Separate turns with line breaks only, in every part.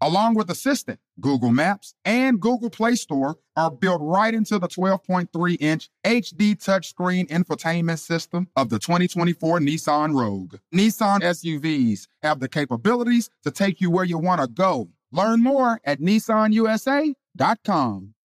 Along with Assistant, Google Maps and Google Play Store are built right into the 12.3 inch HD touchscreen infotainment system of the 2024 Nissan Rogue. Nissan SUVs have the capabilities to take you where you want to go. Learn more at nissanusa.com.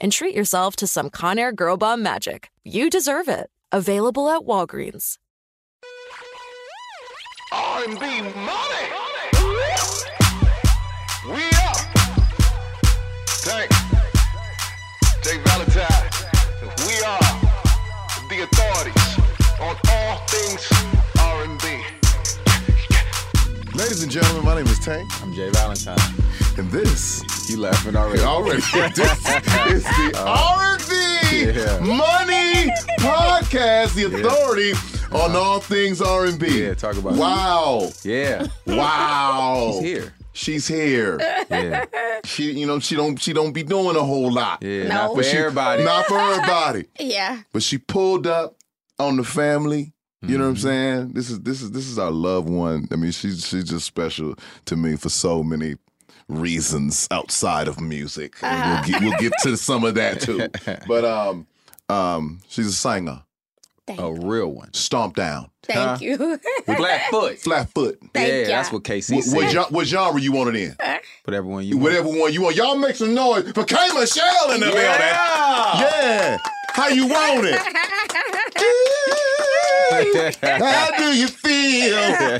and treat yourself to some Conair Girl Bomb magic. You deserve it. Available at Walgreens.
R&B money. We up. Thanks. Jay Valentine. We are the authorities on all things R&B.
Ladies and gentlemen, my name is Tank.
I'm Jay Valentine.
And this,
you laughing already?
already, this is the uh, R&B
yeah.
Money Podcast, the authority on all things R&B.
Yeah, talk about it.
Wow,
Yeah.
wow.
He's here.
She's here.
Yeah.
She, you know, she don't, she don't be doing a whole lot.
Yeah.
No.
Not for
But she-
everybody.
Not for everybody.
Yeah.
but she pulled up on the family. You know what I'm
Mm-hmm.
saying? This is this is this is our loved one. I mean, she's she's just special to me for so many reasons outside of music.
Uh-huh.
And we'll get we'll get to some of that too. But um um she's a singer.
Thank,
A real one.
Stomp down.
thank
huh?
you.
Black foot.
Flat foot.
Thank
yeah,
ya.
that's what KC
What,
said.
what, gen- what genre you want it
Whatever one you
in?
want.
Whatever one you want. Y'all make some noise for K Michelle in the
Yeah.
building. Yeah. How you want it? How do you feel?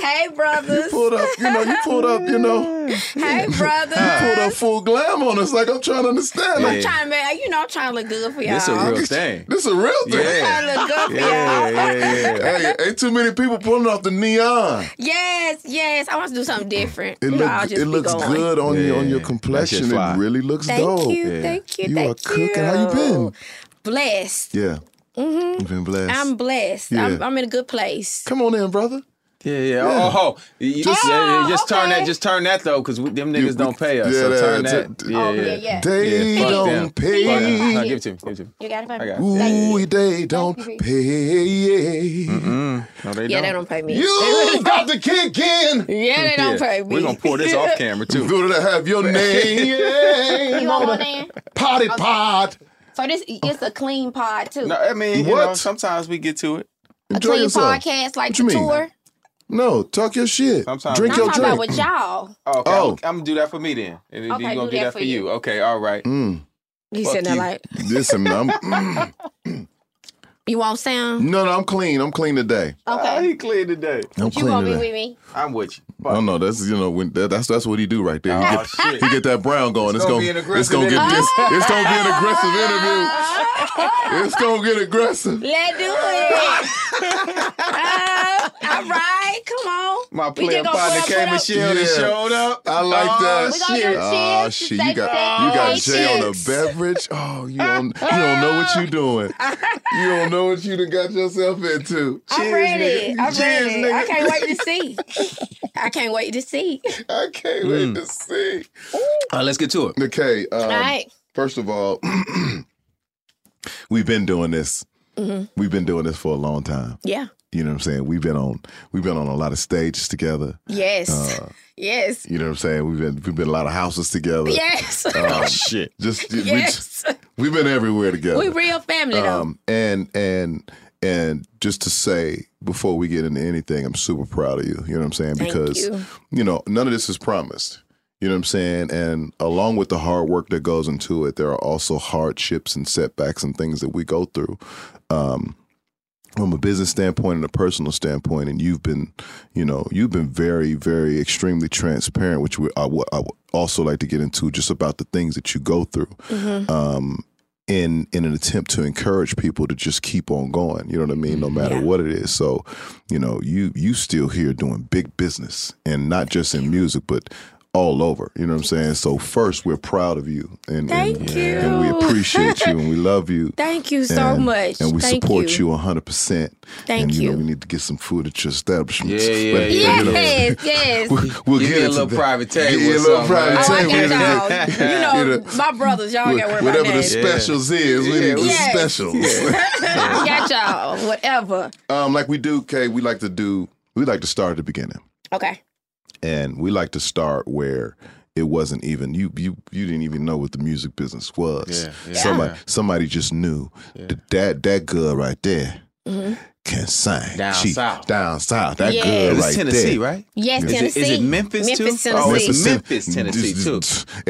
hey, brothers.
Pulled up, you know, you pulled up, you know.
Hey,
pulled up
brothers.
full glam on us. Like I'm trying to understand. Like
I'm trying to make, you know, I'm trying to look good for y'all.
This a real thing.
this a real thing.
Yeah.
Trying to look good for
Yeah,
y'all.
yeah, yeah.
Hey, ain't too many people pulling off the neon.
Yes, yes. I want to do something different.
It,
you know, I'll
look,
just
it
be
looks
going.
good on your on your
Yeah.
complexion.
That shit
It
fly.
really looks
Thank
dope.
you,
Yeah.
thank you,
You
thank
are cooking. How you been?
Blessed. Mm-hmm.
Yeah. You've been blessed.
I'm blessed.
Yeah.
I'm, I'm in a good place.
Come on in, brother.
Yeah, yeah. Oh, oh, you-
Just-
yeah, yeah, just turn
okay.
that. Just turn that though, because them niggas don't pay us.
yeah,
so
that-
turn
that-
that.
that-
yeah,
Oh,
yeah,
yeah, yeah. They
fuck
don't
them.
pay.
Fuck them. No, give it to me. Give it to me.
You got it,
I got it.
Ooh, they don't pay.
No, Oh, they
Mm-hmm. Yeah,
don't.
they don't pay me.
You got the kick in.
Yeah, they don't pay me.
We're gonna pull this off camera too.
Good to have your name.
You
on
want
the
one in?
Potty
Okay.
pot.
So this it's a clean pod too.
No, I mean, you
What?
know, sometimes we get to it.
a
Enjoy
clean
yourself.
podcast like
What you
the
mean?
tour.
No, talk your shit.
Sometimes
Drink
I'm
your
talking
drink.
about with y'all.
Okay,
Oh.
I'm, I'm gonna do that for me then. And then
Okay,
you gonna
do
do, that for you. Okay, all right.
Mm.
He's
Fuck
sitting there
you.
like,
Listen, I'm no,
you won't sound
no, I'm clean. I'm clean today.
okay.
he clean today.
I'm
you
clean
gonna be
today.
with me?
I'm with you.
Oh no, that's you know when that, that's that's what he do right there. He,
Oh,
get,
shit.
he get that brown going. It's,
gonna
gonna,
be an
it's
aggressive
gonna get
interview.
this. It's gonna be an aggressive interview. It's gonna get aggressive.
Let's do it. Uh, all right, come on.
My
We
player
just gonna put
partner
up-
came
put
and
up-
shielded
Yeah.
showed up.
I like
Oh,
that.
We gonna do
Oh
cheers to
shit, you got you
sex
got
sex
Jay on a
chicks.
beverage. Oh, you don't you don't know what you doing. You don't know what you done got yourself into.
I'm
Cheers,
ready.
nigga.
I'm
Cheers,
ready.
nigga.
I can't wait to see. I can't wait to see.
I can't wait to see.
Uh, let's get to it.
Okay. Um,
all right.
First of all, we've been doing this.
Mhm.
We've been doing this for a long time.
Yeah.
You know what I'm saying? We've been on we've been on a lot of stages together.
Yes.
Uh,
yes.
you know what I'm saying? We've been we've been in a lot of houses together.
Yes.
Um, shit. Just we
yes.
just- we've been everywhere together.
We real family though.
um, and and and just to say before we get into anything, I'm super proud of you. You know what I'm saying?
Thank
because
you.
you know none of this is promised. You know what I'm saying? And along with the hard work that goes into it, there are also hardships and setbacks and things that we go through. Um, from a business standpoint and a personal standpoint, and you've been, you know, you've been very, very extremely transparent, which we, I would I would also like to get into just about the things that you go through
Mm-hmm.
um, in in an attempt to encourage people to just keep on going. You know what I mean? No
Mm-hmm.
matter what it is. So, you know, you you still here doing big business, and not just in music, but all over. You know what I'm saying? So first, we're proud of you, and and,
Thank you.
and we appreciate you, and we love you.
Thank you so
and-
much.
And we
Thank
support
you.
you 100%.
Thank
and, you.
you.
know, we need to get some food at your establishments.
Yeah, yeah,
But,
yeah.
you know,
Yes, yes.
we'll, we'll
Give
get
me a
into
little
that.
private table
Give you
or
a little
something,
private
right?
Oh, I
table.
got
Yeah.
y'all. You know, my brothers, y'all got worry about
Whatever the
names.
specials is, we need the
Yes.
specials.
I got y'all. Whatever.
um, like we do, Kay, we like to do, we like to start at the beginning.
Okay.
and we like to start where it wasn't even you you you didn't even know what the music business was.
Yeah, yeah,
somebody
yeah.
somebody just knew that that that girl right there can sing.
Down
She-
south.
down south. That
Yeah.
girl
It's
right
Tennessee,
there.
right?
Yes,
Is it- is
Tennessee.
it Memphis, too?
Memphis,
Oh,
Tennessee.
it's Memphis, Tennessee, too.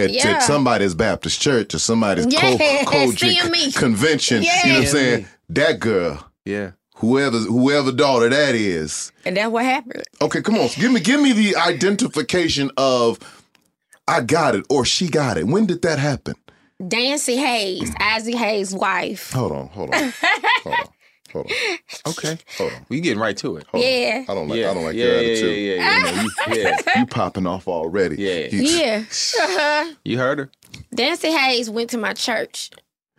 At,
Yeah.
at somebody's Baptist church or somebody's co-
Yes,
Kojic
CME.
convention. You know what I'm
Yes.
saying? That girl,
Yeah.
whoever whoever daughter that is,
and that's what happened.
Okay, come on. Give me give me the identification of I got it or she got it. When did that happen?
Dancy Hayes,
Mm.
Ozzy Hayes' wife.
Hold on, hold on. Hold on. Hold on.
Okay.
Hold on.
We getting right to it.
Hold
Yeah.
on. I don't like
yeah.
I don't like
yeah,
your
yeah,
attitude.
Yeah, yeah, yeah.
You, know, you- you popping off already.
Yeah.
You-
Yeah. Uh-huh.
You heard her?
Dancy Hayes went to my church,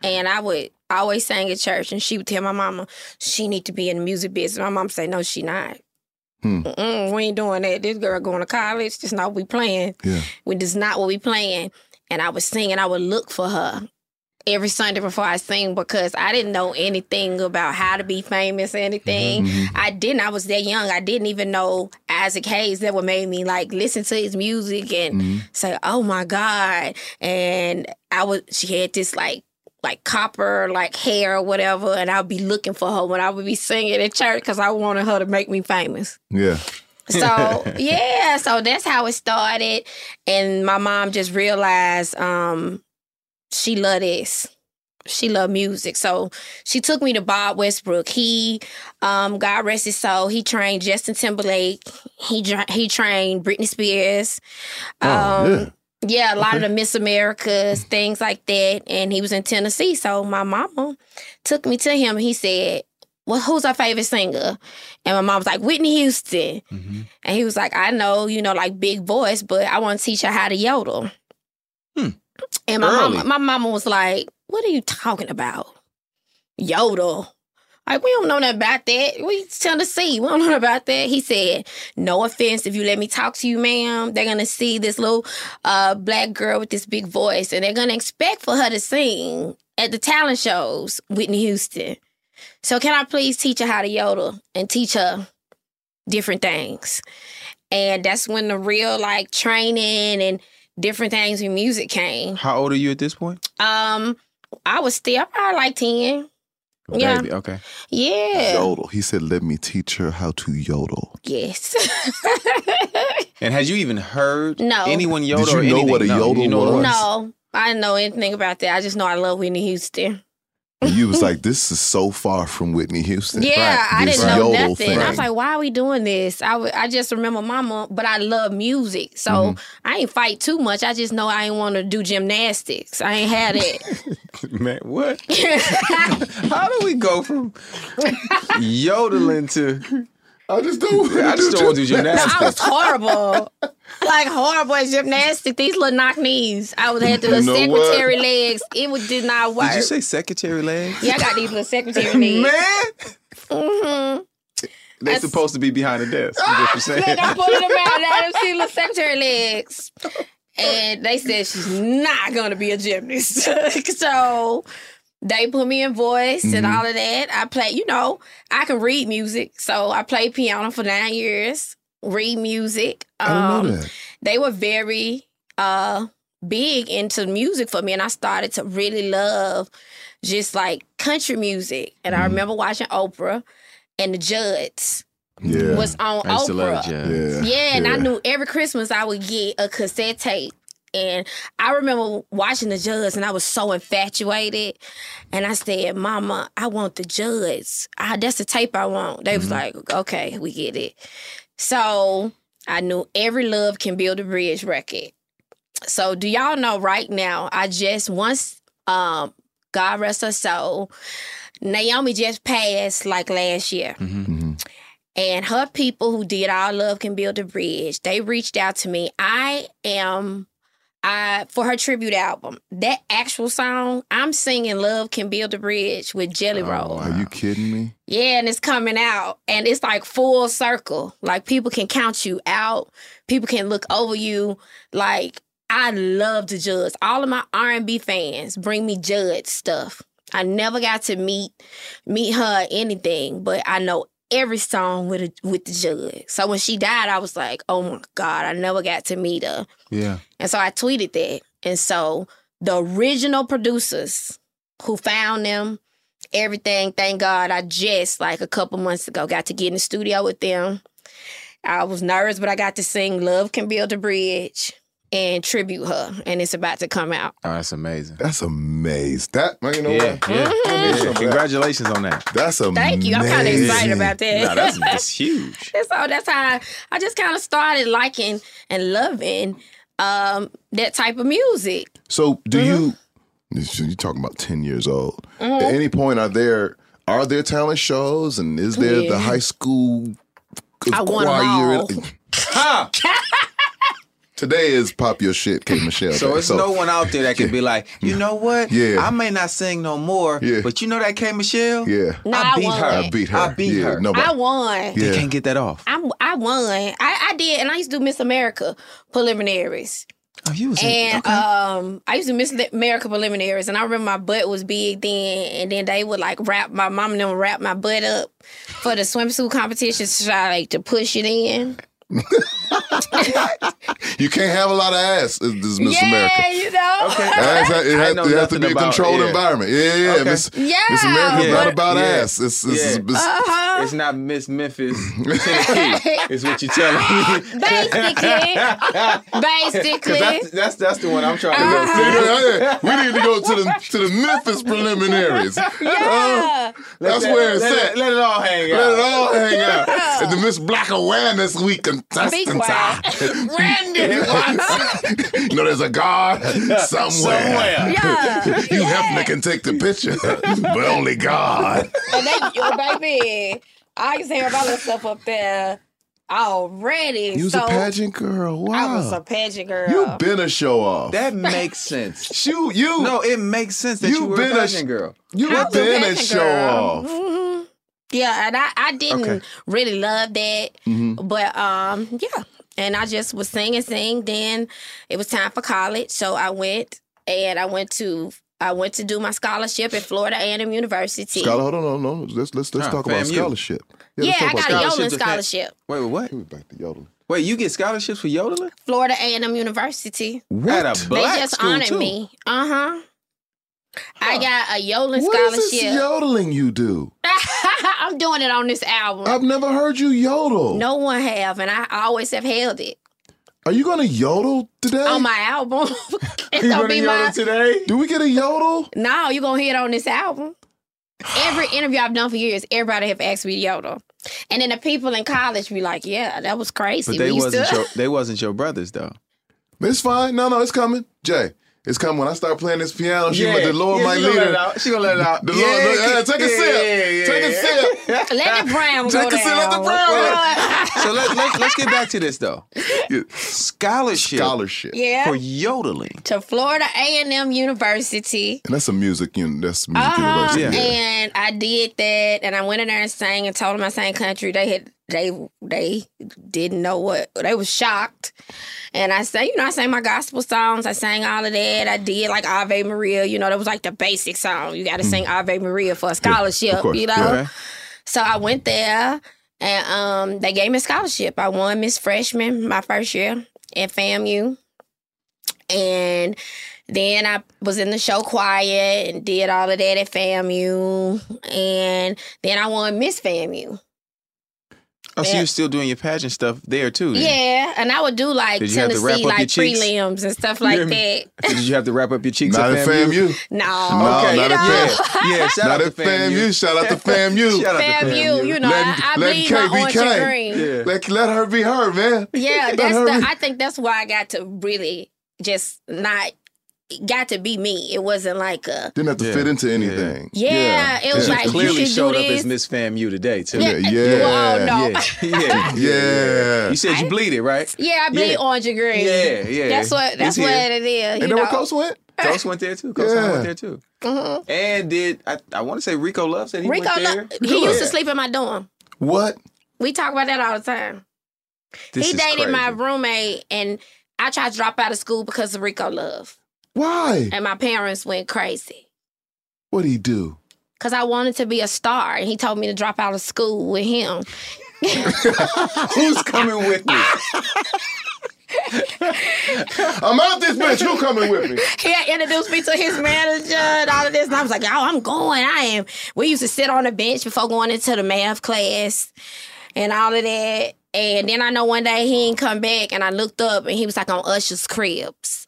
and I would I always sang at church, and she would tell my mama she need to be in the music business. My mom say, "No, she not.
Hmm.
Mm-mm, we ain't doing that. This girl going to college. This not what we playing.
Yeah.
We this not what we playing." And I would sing, and I would look for her every Sunday before I sing because I didn't know anything about how to be famous or anything. I didn't. I was that young. I didn't even know Isaac Hayes. That what made me like listen to his music and
Mm-hmm.
say, "Oh my God!" And I was. She had this like. Like copper, like hair or whatever, and I'd be looking for her when I would be singing at church because I wanted her to make me famous.
Yeah.
So yeah, so that's how it started, and my mom just realized um, she loved this. She loved music, so she took me to Bob Westbrook. He, um, God rest his soul, he trained Justin Timberlake. He dra- he trained Britney Spears.
Oh,
Um,
yeah.
yeah. a lot of the Miss Americas, things like that. And he was in Tennessee, so my mama took me to him. And he said, "Well, who's our favorite singer?" And my mom was like, "Whitney Houston." And he was like, I know, you know, like big voice, but I want to teach her how to yodel.
Hmm.
And my
Early.
mama, my mama was like, What are you talking about? Yodel. Like, we don't know nothing about that. We Tennessee. We don't know nothing about that. He said, No offense. If you let me talk to you, ma'am, they're gonna see this little uh black girl with this big voice and they're gonna expect for her to sing at the talent shows, Whitney Houston. So can I please teach her how to yodel and teach her different things? And that's when the real like training and different things with music came.
How old are you at this point?
Um, I was still probably like ten. Yeah.
Baby, okay.
Yeah.
Yodel. He said, "Let me teach her how to yodel."
Yes.
And had you even heard
No.
anyone
Did
yodel?
you
or
know what
anything?
a
No,
yodel
you know
was?
no, I didn't know anything about that. I just know I love Whitney Houston.
And you was like, "This is so far from Whitney Houston."
Yeah, I
This
didn't know
yodel
nothing. I was like, why are we doing this? I wa- I just remember mama, but I love music. So I ain't fight too much. I just know I ain't want to do gymnastics. I ain't had it.
Man, what? How do we go from yodeling to?
I just don't.
I just don't want to do gymnastics.
I was horrible. like horrible at gymnastics. These little knock knees. I was had the
You
little
know what?
secretary legs. It was, did not work.
Did you say secretary legs?
yeah, I got these little secretary legs.
Man.
Mm-hmm.
They
That's-
supposed to be behind the desk. is what you're saying.
Look, I pulled them out. Let them see little secretary legs. And they said she's not gonna be a gymnast. so they put me in voice and
Mhm.
all of that. I play, you know, I can read music. So I played piano for nine years, read music. Um,
I didn't know that.
They were very uh big into music for me and I started to really love just like country music. And
Mm-hmm.
I remember watching Oprah and the Judds
Yeah.
was on
I used
Oprah.
to love jazz.
Yeah, and I knew every Christmas I would get a cassette tape. And I remember watching the Judds, and I was so infatuated. And I said, Mama, I want the Judds. I, that's the tape I want. They was like, okay, we get it. So I knew every love can build a bridge record. So do y'all know right now, I just once um God rest her soul, Naomi just passed like last year.
Mm-hmm.
Mm-hmm.
And her people who did All Love Can Build a Bridge, they reached out to me. I am I for her tribute album. That actual song, I'm singing Love Can Build a Bridge with Jelly Roll.
Are you kidding me?
Yeah, and it's coming out. And it's like full circle. Like people can count you out. People can look over you. Like I love to judge. All of my R and B fans bring me judge stuff. I never got to meet meet her or anything, but I know every song with a, with the judge. So when she died, I was like, oh my God, I never got to meet her.
Yeah.
And so I tweeted that. And so the original producers who found them, everything, thank God, I just like a couple months ago got to get in the studio with them. I was nervous, but I got to sing Love Can Build a Bridge and tribute her. And it's about to come out.
Oh, that's amazing.
That's amazing. That man, you know
yeah,
what?
yeah.
I need some of that.
Congratulations on that.
That's amazing.
Thank you. I'm kinda excited about that.
Nah, that's, that's huge.
And so that's how I, I just kind of started liking and loving um, that type of music.
So, do you? this- You're talking about ten years old.
Mhm.
At any point, are there are there talent shows, and is there
Yeah.
the high school
I want 'em all.
Ha!
Today is pop your shit, K Michelle.
So
Day.
it's no one out there that can be like, you know what?
Yeah.
I may not sing no more, but you know that K Michelle?
Yeah.
No,
I
I
beat
won't.
her.
I beat her.
I beat
Yeah,
her.
nobody-
I won.
They can't get that off.
I, I won. I, I did, and I used to do Miss America preliminaries.
Oh, you was
and um, I used to do Miss America preliminaries, and I remember my butt was big then, and then they would like wrap my mom and them wrap my butt up for the swimsuit competition to try like to push it in.
You can't have a lot of ass. Is this Miss
yeah,
America?
you know.
Ass, it
I
has,
know
it has to
nothing
be a
about-
controlled
yeah.
environment. Yeah, yeah, yeah.
Okay.
Miss,
Yeah.
Miss America's
Yeah.
not about
Yeah.
ass. It's, it's,
Yeah.
it's-
Uh-huh.
It's not Miss Memphis, Tennessee, is what you telling me.
Basically. Basically. Uh-huh.
'Cause That's, that's, that's the one I'm trying to
Yeah, yeah, yeah. We need to go to the to the Memphis preliminaries.
Yeah.
That's
Let that-
where it's
let
at.
it- let it all hang out.
Let it all hang out. At the Miss Black Awareness Week contestants.
Be quiet. Randy
you know, there's a guard somewhere.
Somewhere.
Yeah.
you Hefner can take the picture, but only God.
And they, oh, baby, I used to hear about that stuff up there already.
You was
so
a pageant girl. Wow.
I was a pageant girl.
You've been a show off.
That makes sense.
you, you.
No, it makes sense that you,
You've
were
been
a
a
fashion
sh-
girl.
You've
I was
been a
pageant
show
girl.
off.
Mhm. Yeah, and I, I didn't
Okay.
really love that.
Mm-hmm.
Mhm.
But um, yeah. And I just was singing, sing. Then it was time for college. So I went and I went to I went to do my scholarship at Florida A&M University.
Scholar, hold on, no, no. Let's let's let's
Ah,
talk about
fam, you.
scholarship.
Yeah,
let's talk
I
about
got a yodeling
scholarships.
scholarship.
Wait, wait, what?
Back to yodeling.
Wait, you get scholarships for yodeling?
Florida A&M University.
What? At a black
they just
school
honored
too.
me. Uh huh. I got a yodeling
What is this
scholarship.
yodeling you do?
I'm doing it on this album.
I've never heard you yodel.
no one have, and I always have held it
Are you gonna yodel today?
on my album. it's
You
gonna be my.
today? Do we get a yodel?
No, you gonna hear it on this album. Every interview I've done for years, everybody have asked me to yodel, and then the people in college be like, "Yeah, that was crazy."
But they
We used
wasn't
to-
your they wasn't your brothers though.
It's fine. No, no, it's coming. Jay, it's coming. When I start playing this piano, she
Yeah,
might the Lord
yeah,
might
she gonna
lead
let
her.
it out. She gonna let it out.
The
Yeah,
Lord, look,
yeah,
uh, take a
yeah,
sip.
yeah,
Take a
yeah.
sip.
Let the brown go
Take a sip. Let the
down.
brown.
so let, let, let's get back to this though. Scholarship,
scholarship
Yeah.
for yodeling.
to Florida A and M University.
And that's a music unit. That's a music
Uh-huh.
university.
And I did that, and I went in there and sang, and told them I sang country. They had they they didn't know what they was shocked, and I sang, you know, I sang my gospel songs. I sang all of that. I did like Ave Maria. You know, that was like the basic song. You got to
Mm-hmm.
sing Ave Maria for a scholarship.
course,
you know.
yeah. Okay.
So I went there, and um, they gave me a scholarship. I won Miss Freshman my first year at FAMU, and then I was in the show choir and did all of that at FAMU, and then I won Miss FAMU.
Oh, so you're still doing your pageant stuff there too? then?
Yeah, and I would do like
Did you have to wrap
Tennessee
up
like
your cheeks?
prelims and stuff like
Yeah.
that.
Did you have to wrap up your cheeks?
Not
at
at FAMU.
Oh, No,
No,
Okay.
not
Yeah.
at fam.
Yeah, shout
not
out
at
to
fam.
FAMU.
You shout out to fam. You
Shout out to
FAMU, FAMU. you know, I- I believe in orange and green. Yeah.
Let, let her be her, man.
Yeah,
Let
that's
her
the.
be-
I think that's why I got to really just not got to be me. It wasn't like a
Didn't have to fit into anything.
Yeah, it was
And she
like
clearly
you should
showed
do
up
this.
as Miss FAMU today too.
Yeah, Yeah, you yeah. all know.
yeah, yeah,
yeah.
You said you bleed it, right?
yeah, I bleed orange and green.
Yeah, yeah.
That's what. That's
It's here.
what it is. you know?
went?
Coast went there too. Coast
Yeah.
went there too.
Mhm.
And did I, I want to say Rico Love said he
Rico,
went there?
lo- he used to sleep in my dorm.
What?
We talk about that all the time.
This
he
is
dated
crazy.
my roommate, and I tried to drop out of school because of Rico Love,
Why?
and my parents went crazy
What'd he do?
because I wanted to be a star, and he told me to drop out of school with him.
Who's coming with me?
I'm out this bitch. You coming with me?
He had introduced me to his manager and all of this, and I was like, "Oh, I'm going. I am." We used to sit on the bench before going into the math class and all of that. And then I know one day he didn't come back, and I looked up, and he was like on Usher's cribs.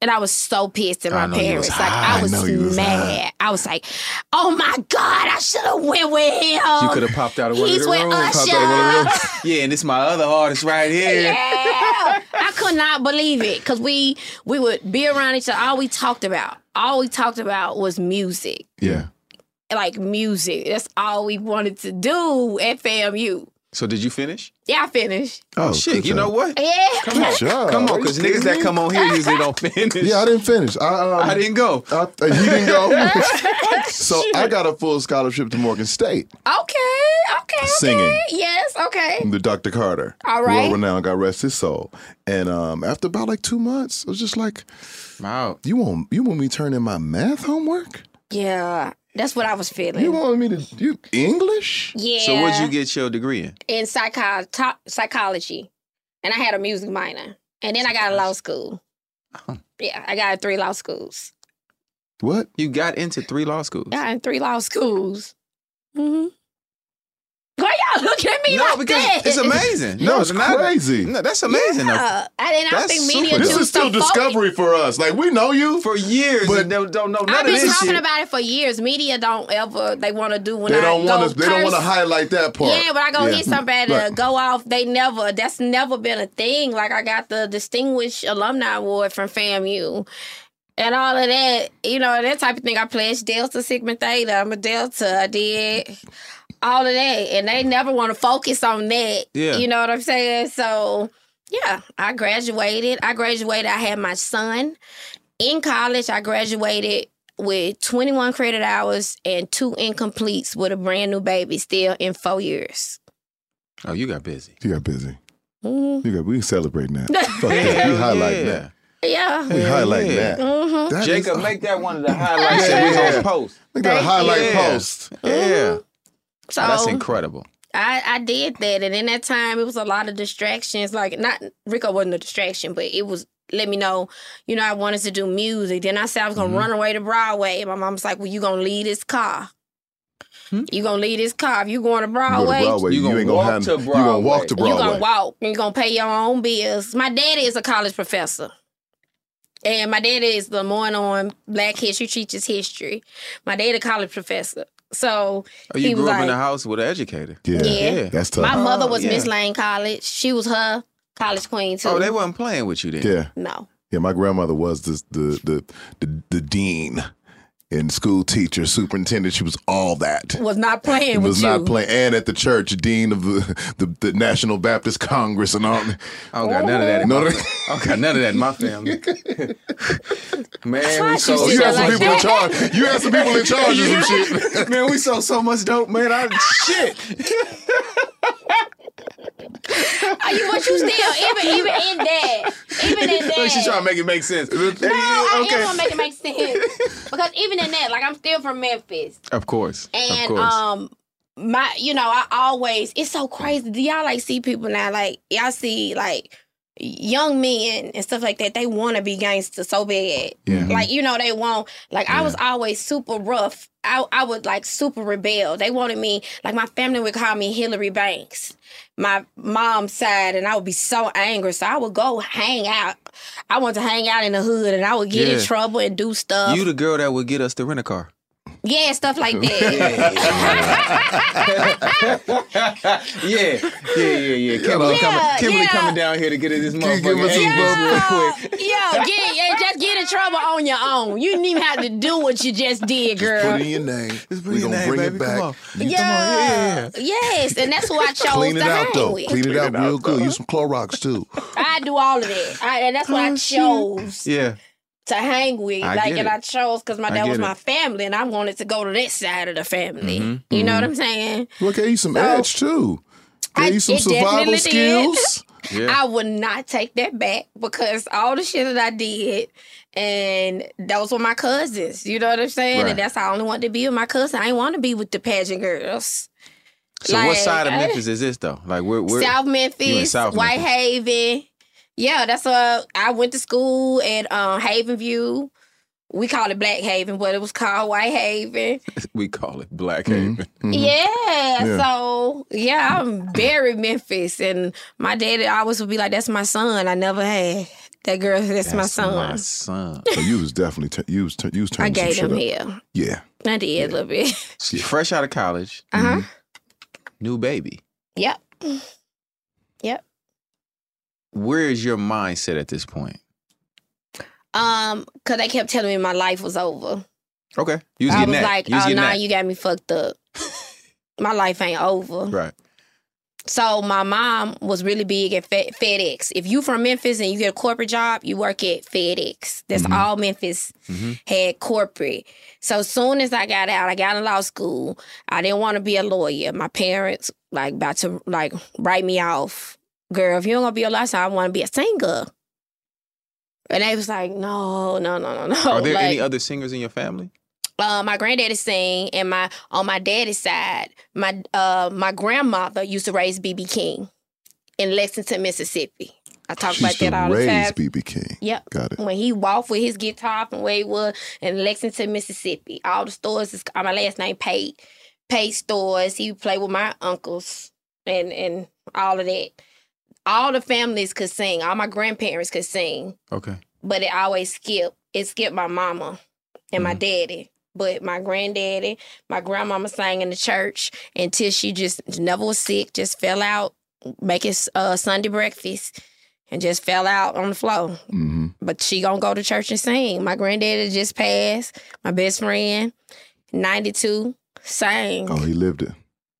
And I was so pissed at
I
my
know you was
parents. like
high.
I
I
was,
know you was
mad.
high.
I was like, "Oh my god, I should have went with him."
you could have popped out of one
Um, He's
of the
with
rooms. Popped
Usher.
out of one of the rooms. Yeah, and it's my other artist right here.
Yeah. I could not believe it because we we would be around each other. All we talked about, all we talked about was music.
Yeah.
Like music. That's all we wanted to do at FAMU.
So did you finish?
Yeah, I finished.
Oh, shit!
good
You
job.
know what?
Yeah.
Come on,
job.
come
Are
on,
you
because
kidding
niggas that
me?
come on here usually don't finish.
Yeah, I didn't finish. I, um,
I didn't go.
I, uh, he didn't go. so I got a full scholarship to Morgan State.
Okay, okay, okay.
Singing.
Yes, okay.
The Dr. Carter,
All right.
world renowned, God rest his soul. And um, after about like two months, I was just like,
"Wow,
you want you want me turning my math homework?
Yeah. That's what I was feeling.
You want me to you English?
Yeah.
So what'd you get your degree in?
in psycho- to- psychology, and I had a music minor, and then I got a law school.
Uh-huh.
Yeah, I got three law schools.
What?
You got into three law schools.
Got in three law schools. Mm-hmm. Why y'all looking at me
No,
like
because
that?
it's amazing. No, it's not-
crazy.
No, that's amazing. though.
Yeah. I, Uh, and I
That's
think media
super-
This
too
is still
so focused-
discovery for us. Like we know you
for years, but don't, don't know none
I've
of
been
this
talking
shit.
about it for years. Media don't ever they want to do when
they
I
don't
go
want to. They don't want to
curse.
highlight that part.
Yeah, when I go
Yeah.
hit somebody
Right.
to go off, they never. That's never been a thing. Like I got the distinguished alumni award from FAMU. And all of that, you know, that type of thing. I pledged Delta Sigma Theta. I'm a Delta. I did all of that, and they never want to focus on that.
Yeah.
you know what I'm saying? So, yeah, I graduated. I graduated. I had my son in college. I graduated with 21 credit hours and two incompletes with a brand new baby still in four years.
Oh, you got busy.
You got busy.
Mhm.
You got we celebrating that. Fuck that. We
Hell
highlight
yeah.
that.
Oh, Yeah.
We highlight
yeah.
that.
Mhm.
That
Jacob,
is-
make that one of the highlights that we
Yeah.
gonna post.
Make that a
Thank Uh-huh.
highlight
you.
post.
Yeah.
So
That's incredible.
I, I did that, and in that time, it was a lot of distractions. Like, not Rico wasn't a distraction, but it was let me know, you know, I wanted to do music. Then I said I was
Mm-hmm.
gonna run away to Broadway, and my mom's like, "Well, you gonna leave this car? You gonna leave this car if you going to
Hmm? You go to
Broadway?
Broadway. You, ain't gonna
walk
have
to
You gonna walk to
You
Broadway.
gonna walk and you gonna pay your own bills. My daddy is a college professor. And my daddy is the one on black history, teaches history. My daddy a college professor. So
Oh, you
he was
grew up
like,
in a house with an educator.
Yeah.
Yeah.
That's tough.
My mother was
Oh, yeah.
Miss Lane College. She was her college queen too.
Oh, they wasn't playing with you then.
Yeah.
No.
Yeah, my grandmother was the the the the, the dean and school teacher, superintendent. She was all that.
Was not playing
It
with
was
you.
not playing, and at the church, dean of the, the, the National Baptist Congress and all.
I don't got none of that. In
No,
my
no.
family. I don't got none of that in my family. Man, we
Why'd you
sold
Oh,
say
you
that
had some
like
people
that?
in charge. You had some people in charge of some shit.
man, we sold so much dope, man. I shit.
Are you what you still even even in that? Even in that.
Look, she trying to make it make sense.
no, I am gonna make it make sense. because even in that, like I'm still from Memphis.
Of course. of
And
course.
um my you know, I always it's so crazy. Do y'all like see people now like y'all see like young men and stuff like that, they wanna be gangsters so bad.
Yeah.
Like, you know, they want like I was always super rough. I I would like super rebel. They wanted me like my family would call me Hillary Banks. My mom's side and I would be so angry. So I would go hang out. I wanted to hang out in the hood and I would get in
Yeah.
trouble and do stuff.
you the girl that would get us to rent a car.
yeah, stuff like that.
yeah, yeah, yeah, yeah. Kimberly,
Yeah,
coming, Kimberly
yeah.
coming down here to get at this
you
motherfucker.
give us some
real quick.
Yo, get yeah, just get in trouble on your own. You didn't even have to do what you just did, girl.
Put in your name.
put
We're
your
gonna
name,
bring
baby.
it back.
Come on.
You
yeah. Yes, and that's who I chose
Clean
to
it out
hang
though.
with.
Clean it out real good. Use some Clorox too.
I do all of that, I, and that's what I chose
Yeah.
to hang with.
I
like,
get
and
it.
I chose because my
I
dad
get
was my
it.
family, and I wanted to go to that side of the family. You know what I'm saying?
Look, gave you some
So-
edge too.
I-
Gave you some
it definitely
survival
did.
skills.
Yeah.
I would not take that back because all the shit that I did, and those were my cousins. You know what I'm saying?
Right.
And that's how I only wanted to be with my cousin. I didn't want to be with the pageant girls.
So what
Like,
side of
I-
Memphis is this though? Like where? where
South
You in
Memphis,
South
White
Memphis.
Haven. Yeah, that's uh I went to school at um, Haven View. We called it Black Haven, but it was called White Haven. Mm-hmm.
we call it Black Haven.
Yeah,
Yeah.
So yeah, I'm very Memphis, and my daddy always would be like, "That's my son. I never had that girl. That's, my son.
My son.
So you was definitely t- you was t- you was
I
turning some
gave
shit
him
up.
hell.
Yeah.
I did a little bit.
Fresh out of college, Mm-hmm.
Uh huh.
new baby.
Yep. Yep.
Where is your mindset at this point?
Um, cause they kept telling me my life was over.
Okay. You was
I
getting
was
that.
like,
you was
"Oh,
getting
nah,
that.
you got me fucked up. my life ain't over."
Right.
So my mom was really big at Fe- FedEx. If you from Memphis and you get a corporate job, you work at FedEx. That's
Mm-hmm.
all Memphis
Mm-hmm.
had corporate. So soon as I got out, I got in law school. I didn't want to be a lawyer. My parents like about to like write me off. Girl, if you don't gonna be a lawyer, I want to be a singer. And they was like, no, no, no, no, no.
Are there
like,
any other singers in your family?
uh, my granddaddy sang, and my on my daddy's side, my uh, my grandmother used to raise BB King in Lexington, Mississippi. I talk
She
about
used
that
to
all the
raise
time.
BB King.
Yep.
Got it.
When he walked with his guitar from where he was in Lexington, Mississippi, all the stores is uh, my last name Pate, Pate stores. He played with my uncles and and all of that. All the families could sing. All my grandparents could sing
Okay.
but it always skipped. It skipped my mama and my daddy. But my granddaddy, my grandmama sang in the church until she just never was sick, just fell out making uh, Sunday breakfast and just fell out on the floor.
Mm-hmm.
But she gonna go to church and sing. My granddaddy just passed, my best friend, 92, sang.
Oh, he lived it.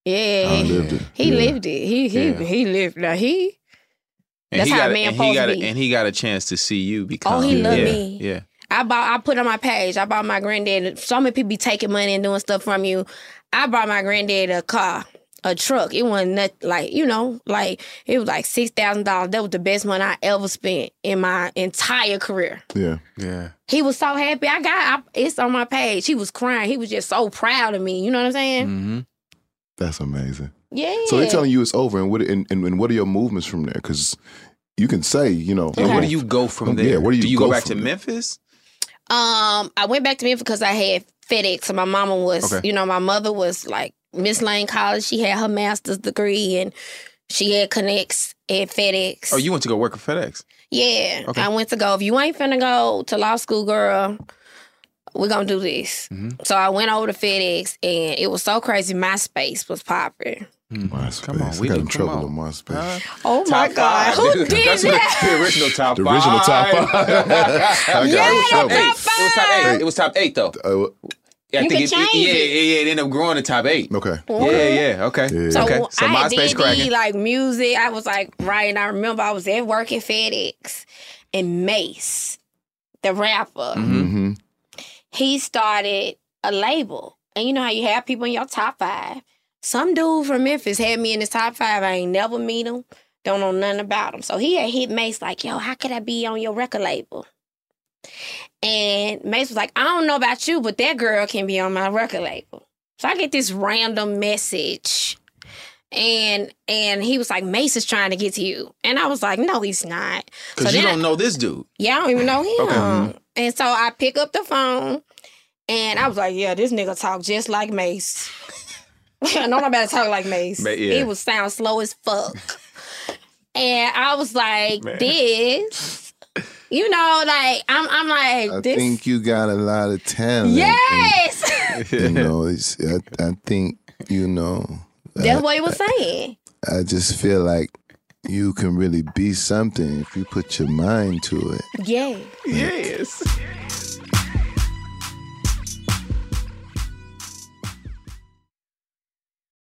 yeah.
I lived it.
He
Yeah.
lived it. He he
Yeah.
he lived. Now he
And
That's
he
how
got
a man
and he
supposed
got
to
a,
be. Oh,
and he got a chance to see you become.
he loved
yeah,
me.
Yeah.
I bought. I put on my page. I bought my granddad. So many people be taking money and doing stuff from you. I bought my granddad a car, a truck. It wasn't noth- like you know, like it was like six thousand dollars. That was the best money I ever spent in my entire career.
Yeah.
Yeah.
He was so happy. I got. I, it's on my page. He was crying. He was just so proud of me. You know what I'm saying?
Mm-hmm. That's amazing.
Yeah.
So they're telling you it's over, and what and, and, and what are your movements from there? Because you can say, you know, oh,
And where do you go from there?
Yeah, where do you,
go, back to
from there?
Memphis?
Um, I went back to Memphis because I had FedEx. So my mama was,
Okay.
you know, my mother was like Miss Lane College. She had her master's degree and she had connects at FedEx.
Oh, you went to go work at FedEx.
Yeah,
Okay.
I went to go. If you ain't finna go to law school, girl, we're gonna do this.
Mm-hmm.
So I went over to FedEx and it was so crazy. MySpace was popping.
MySpace.
Come on,
I
we
got
do.
in
Come
trouble
on.
with MySpace.
Oh my
Uh, Top
God.
five,
Who
dude.
did
That's what-
that?
the original top
The
five.
original top five. I got
yeah,
in
it was top
trouble. Uh,
eight. It was top eight. It was top eight though. I
You
think
can
it,
change
yeah,
it.
yeah, it ended up growing to top eight.
Okay.
Yeah, yeah, okay.
So,
okay. So
I had
MySpace
did
cracking.
like music. I was like writing. I remember I was at work at FedEx and Mace, the rapper,
Mm-hmm.
he started a label. And you know how you have people in your top five. Some dude from Memphis had me in his top five. I ain't never meet him. Don't know nothing about him. So he had hit Mace like, yo, how could I be on your record label? And Mace was like, I don't know about you, but that girl can be on my record label. So I get this random message. And and he was like, Mace is trying to get to you. And I was like, no, he's not. So
Because you
then I-
don't know this dude.
yeah, I don't even know him.
Okay. Mhm.
And so I pick up the phone and I was like, yeah, this nigga talk just like Mace. I know nobody talk like Mace.
Ma- yeah.
He would sound slow as fuck. and I was like,
Man.
this, you know, like I'm I'm like,
I
this
think you got a lot of talent.
Yes.
you know, it's, I, I think, you know,
That's what he was saying.
I just feel like you can really be something if you put your mind to it.
Yeah.
Yes.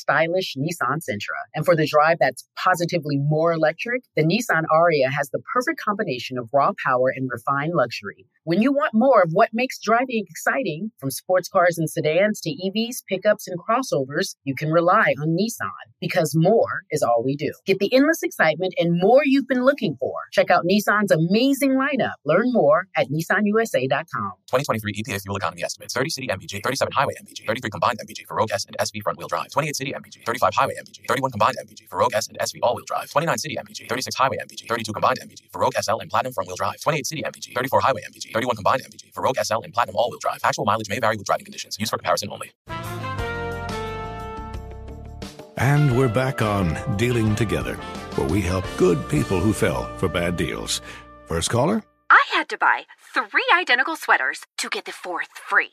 stylish Nissan Sentra. And for the drive that's positively more electric, the Nissan Aria has the perfect combination of raw power and refined luxury. When you want more of what makes driving exciting, from sports cars and sedans to EVs, pickups, and crossovers, you can rely on Nissan because more is all we do. Get the endless excitement and more you've been looking for. Check out Nissan's amazing lineup. Learn more at nissanusa.com.
2023 EPA E fuel economy estimates 30 city MPG, 37 highway MPG, 33 combined MPG for Rogue S and SV front wheel drive, 28 city MPG, 35 highway MPG, 31 combined MPG for Rogue S and SV all wheel drive, 29 city MPG, 36 highway MPG, 32 combined MPG for Rogue SL and Platinum front wheel drive, 28 city MPG, 34 highway MPG, 31 combined MPG for Rogue SL and Platinum all wheel drive. Actual mileage may vary with driving conditions. Used for comparison only.
And we're back on Dealing Together, where we help good people who fell for bad deals. First caller?
I
I had to buy three identical sweaters to get the fourth free.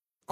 of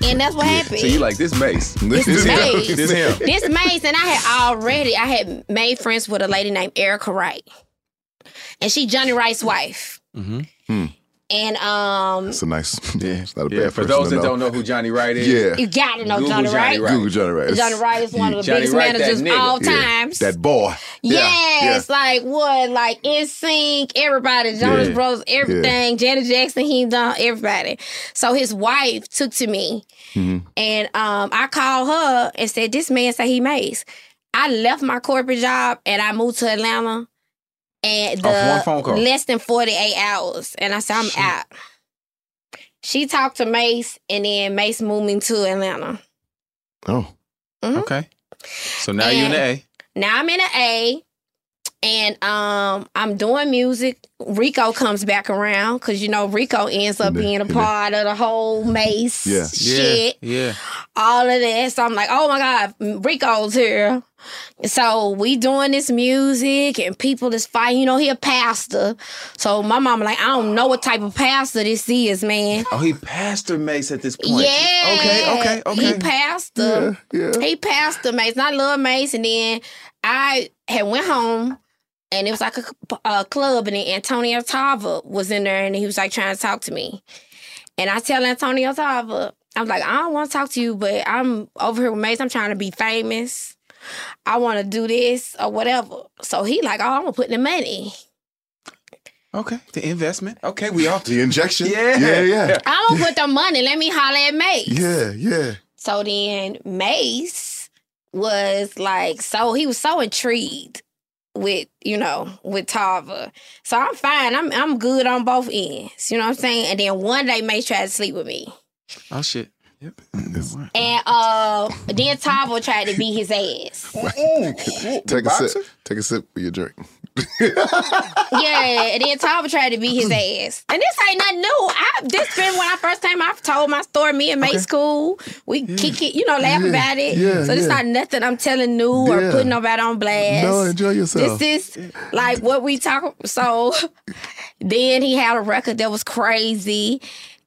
and that's what happened.
So you like this mace?
This is Mace.
This him.
this maze, and I had already I had made friends with a lady named Erica Wright, and she Johnny Wright's wife.
Mm-hmm.
And um,
That's a nice. Yeah, it's not a
Yeah,
bad
for
person
those
to
that don't know who Johnny Wright is,
Yeah.
you gotta know
Google
Johnny Wright.
Johnny Wright.
Google Johnny Wright.
Johnny Wright is one of the
Johnny
biggest
Wright, that
managers of
nigga.
all
Yeah,
times.
That boy.
Yes, like what, like in sync, everybody, Jonas
Yeah.
Brothers, everything, Janet Jackson, he done everybody. So his wife took to me,
Mm-hmm.
and um, I called her and said, "This man say he makes." I left my corporate job and I moved to Atlanta, and the
Off one phone call.
less than forty eight hours, and I said, "I'm out." She talked to Mace, and then Mace moved me to Atlanta.
Oh.
Mhm.
Okay. So now you're in the A.
Now I'm in an A, and um, I'm doing music. Rico comes back around because you know Rico ends up being a part of the whole Mace shit,
Yeah.
all of this. So I'm like, oh my god, Rico's here. So we doing this music, and people is fighting. You know, he a pastor. So my mama like, I don't know what type of pastor this is, man.
Oh, he pastor Mace at this point.
Yeah.
Okay. Okay. Okay.
He pastor. He passed the Mace. And I love Mace. And then I had went home and it was like a, a club and then Antonio Tava was in there and he was like trying to talk to me. And I tell Antonio Tava, I'm like, I don't want to talk to you, but I'm over here with Mace. I'm trying to be famous. I want to do this or whatever. So he like, oh, I'm going to put the money.
Okay. The investment. Okay. We off.
The injection.
Yeah.
Yeah. Yeah.
I'm going to put the money. Let me holler at Mace.
Yeah. Yeah.
So then Mace was like, so he was so intrigued with, you know, with Tava. So I'm fine. I'm I'm good on both ends. You know what I'm saying? And then one day Mace tried to sleep with me.
Oh shit. Yep.
And uh then Tava tried to beat his ass.
Take a sip. Take a sip of your drink.
yeah, and then Tava tried to beat his ass. And this ain't nothing new. I this been when I first came, I've told my story, me and Mace cool. We kick it, you know, laugh
Yeah,
about it.
yeah,
so this
yeah.
not nothing I'm telling new or
Yeah.
putting nobody on blast.
No, enjoy yourself.
This is like what we talk so then he had a record that was crazy.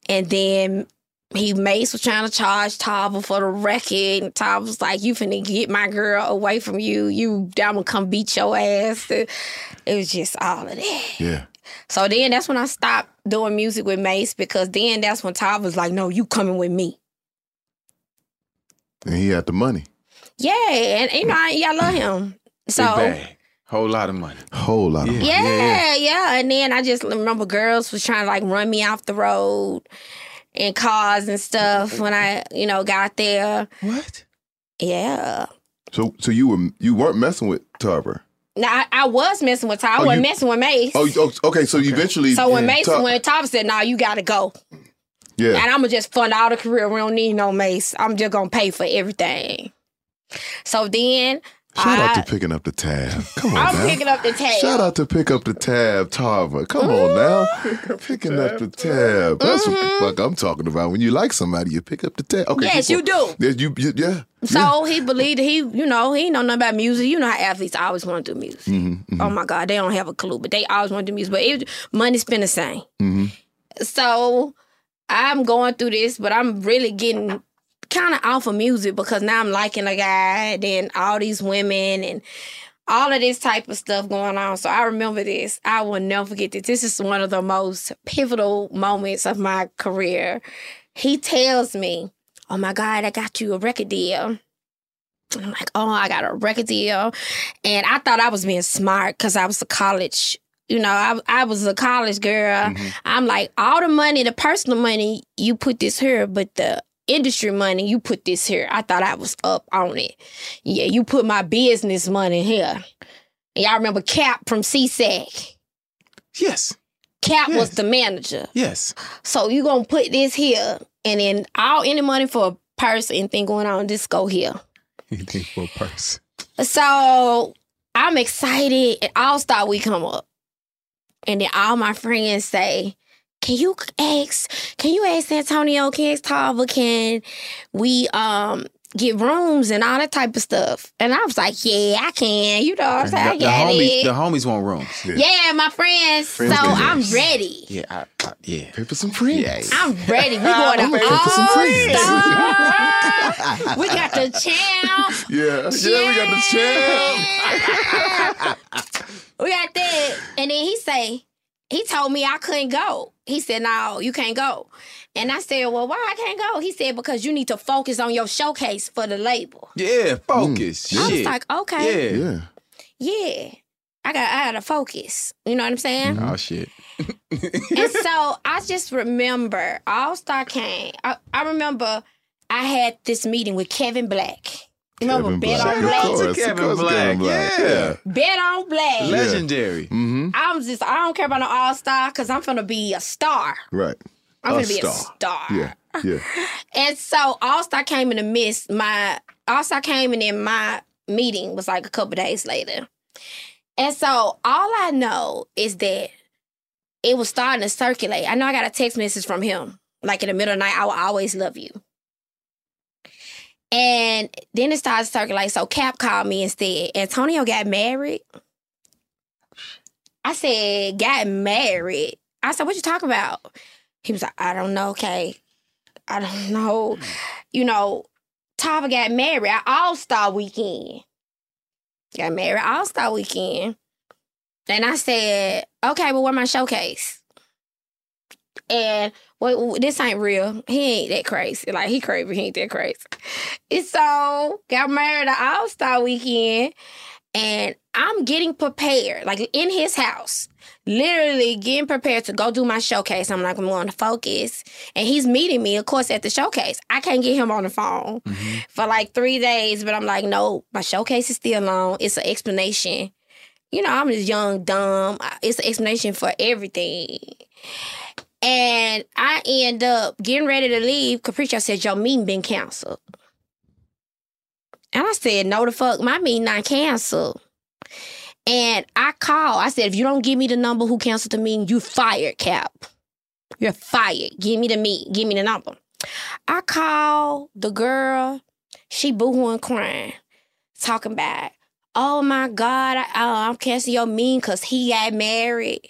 And then he Mace was trying to charge Tava for the record. And Tava was like, You finna get my girl away from you. You I'm gonna come beat your ass. It was just all of that.
Yeah.
So then that's when I stopped doing music with Mace because then that's when Tava was like, No, you coming with me.
And he had the money.
Yeah, and you know, I, yeah, I love him. So
Big bag. Whole lot of money.
Whole lot of
Yeah, yeah, And then I just remember girls was trying to like run me off the road in cars and stuff when I, you know, got there.
What?
Yeah.
So so you were you weren't messing with Tarver.
Now I, I was messing with Ty. I
Oh,
wasn't
you-
messing with Mace.
Oh, you- oh, okay. So you eventually.
so when Mace
Ta-
when Top said, nah, you gotta go.
Yeah.
And I'ma just fund all the career. We don't need no Mace. I'm just gonna pay for everything. So then
Shout
I,
out to picking up the tab. Come on
I'm
now.
picking up the tab.
Shout out to pick up the tab, Tarver. Come on now. Picking up the tab. That's what the fuck I'm talking about. When you like somebody, you pick up the tab. Okay.
Mm-hmm. Yes,
keep
you
going.
do.
Yeah, you, you- yeah.
So he believed he, you know, he ain't know nothing about music. You know how athletes always want to do music.
Mhm, mhm.
Oh my God, they don't have a clue, but they always want to do music. But it, money's been the same.
Mhm.
So I'm going through this, but I'm really getting kind of off of music because now I'm liking a guy, then all these women and all of this type of stuff going on. So I remember this. I will never forget this. This is one of the most pivotal moments of my career. He tells me, Oh my God, I got you a record deal. And I'm like, oh, I got a record deal. And I thought I was being smart because I was a college, you know, I, I was a college girl.
Mm-hmm.
I'm like, all the money, the personal money, you put this here, but the industry money, you put this here. I thought I was up on it. Yeah, you put my business money here. And y'all remember Cap from CSAC?
Yes.
Cap was the manager.
Yes.
So you gonna put this here, and then all any money for a purse, anything going on, just go here.
Anything for a purse.
So I'm excited, and All Star Week come up, and then all my friends say, "Can you ask? Can you ask Antonio? Can you ask Tava? Can we um get rooms and all that type of stuff?" And I was like, "Yeah, I can." You know, I was like,
the,
"I got
the homies,
it."
the homies want rooms.
yeah, my friends.
Friends
so
get
I'm
rooms.
ready.
Yeah. I, I, yeah.
Pay for some friends.
I'm ready. We going to
I'm ready
all
for some friends.
star. we got the champ.
Yeah. Yeah, we got the champ.
We got that. And then he say, he told me I couldn't go. He said, no, you can't go. And I said, well, why I can't go? He said, because you need to focus on your showcase for the label.
Yeah. Focus.
I was
Shit.
like, okay.
Yeah. Oh,
Yeah. I got I gotta focus. You know what I'm saying?
Oh shit.
and so I just remember All Star came. I, I remember I had this meeting with Kevin Black. Remember
Kevin
Bet on
Black. Of
Black?
course, of
Kevin
course,
Black.
Kevin Black.
Yeah.
Yeah.
Bet on Black.
Legendary.
Mm-hmm.
I'm just I don't care about no All Star because I'm gonna be a star.
Right.
I'm
A
gonna be a star.
Yeah. Yeah.
And so All Star came in the midst. My All Star came and then my meeting was like a couple days later. And so all I know is that it was starting to circulate. I know I got a text message from him, like in the middle of the night, I will always love you. And then it started to circulate. So Cap called me and said, Antonio got married. I said, got married. I said, what you talking about? He was like, I don't know, Kay. I don't know. You know, Tava got married at All Star Weekend. Got married All Star Weekend. And I said, okay, well, where my showcase? And well, this ain't real. He ain't that crazy. Like, he crazy. He ain't that crazy. And so, got married at All Star Weekend. And I'm getting prepared, like in his house, literally getting prepared to go do my showcase. I'm like, I'm going to focus. And he's meeting me, of course, at the showcase. I can't get him on the phone for like three days, but I'm like, no, my showcase is still on. It's an explanation. You know, I'm just young, dumb. I- It's an explanation for everything. And I end up getting ready to leave. Capriccio said, Your meeting been canceled. And I said, No, the fuck, my meeting not canceled. And I called. I said, If you don't give me the number who canceled the meeting, you fired, Cap. You're fired. Give me the meet. Give me the number. I called the girl. She boohooing crying, talking about, oh my God, I, uh, I'm canceling your mean because he got married.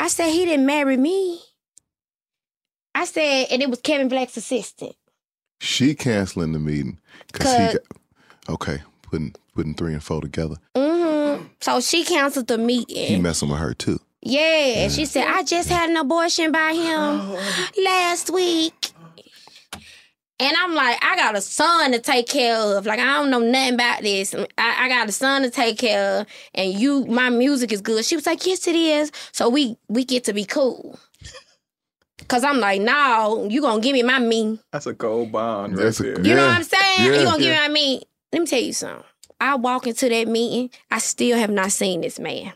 I said, he didn't marry me. I said, and it was Kevin Black's assistant.
She canceling the meeting because he
Cut.
got okay. Putting putting three and four together.
hmm So she canceled the meeting.
He messing with her too.
Yeah, and she said, I just had an abortion by him last week. And I'm like, I got a son to take care of. Like, I don't know nothing about this. I, I got a son to take care of, and you, my music is good. She was like, Yes, it is. So we we get to be cool. Cause I'm like, no, you gonna give me my meat.
That's a gold bond right
That's a-
there.
You know what I'm saying?
Yeah.
You gonna give me
Yeah.
my meat. Let me tell you something. I walk into that meeting, I still have not seen this man.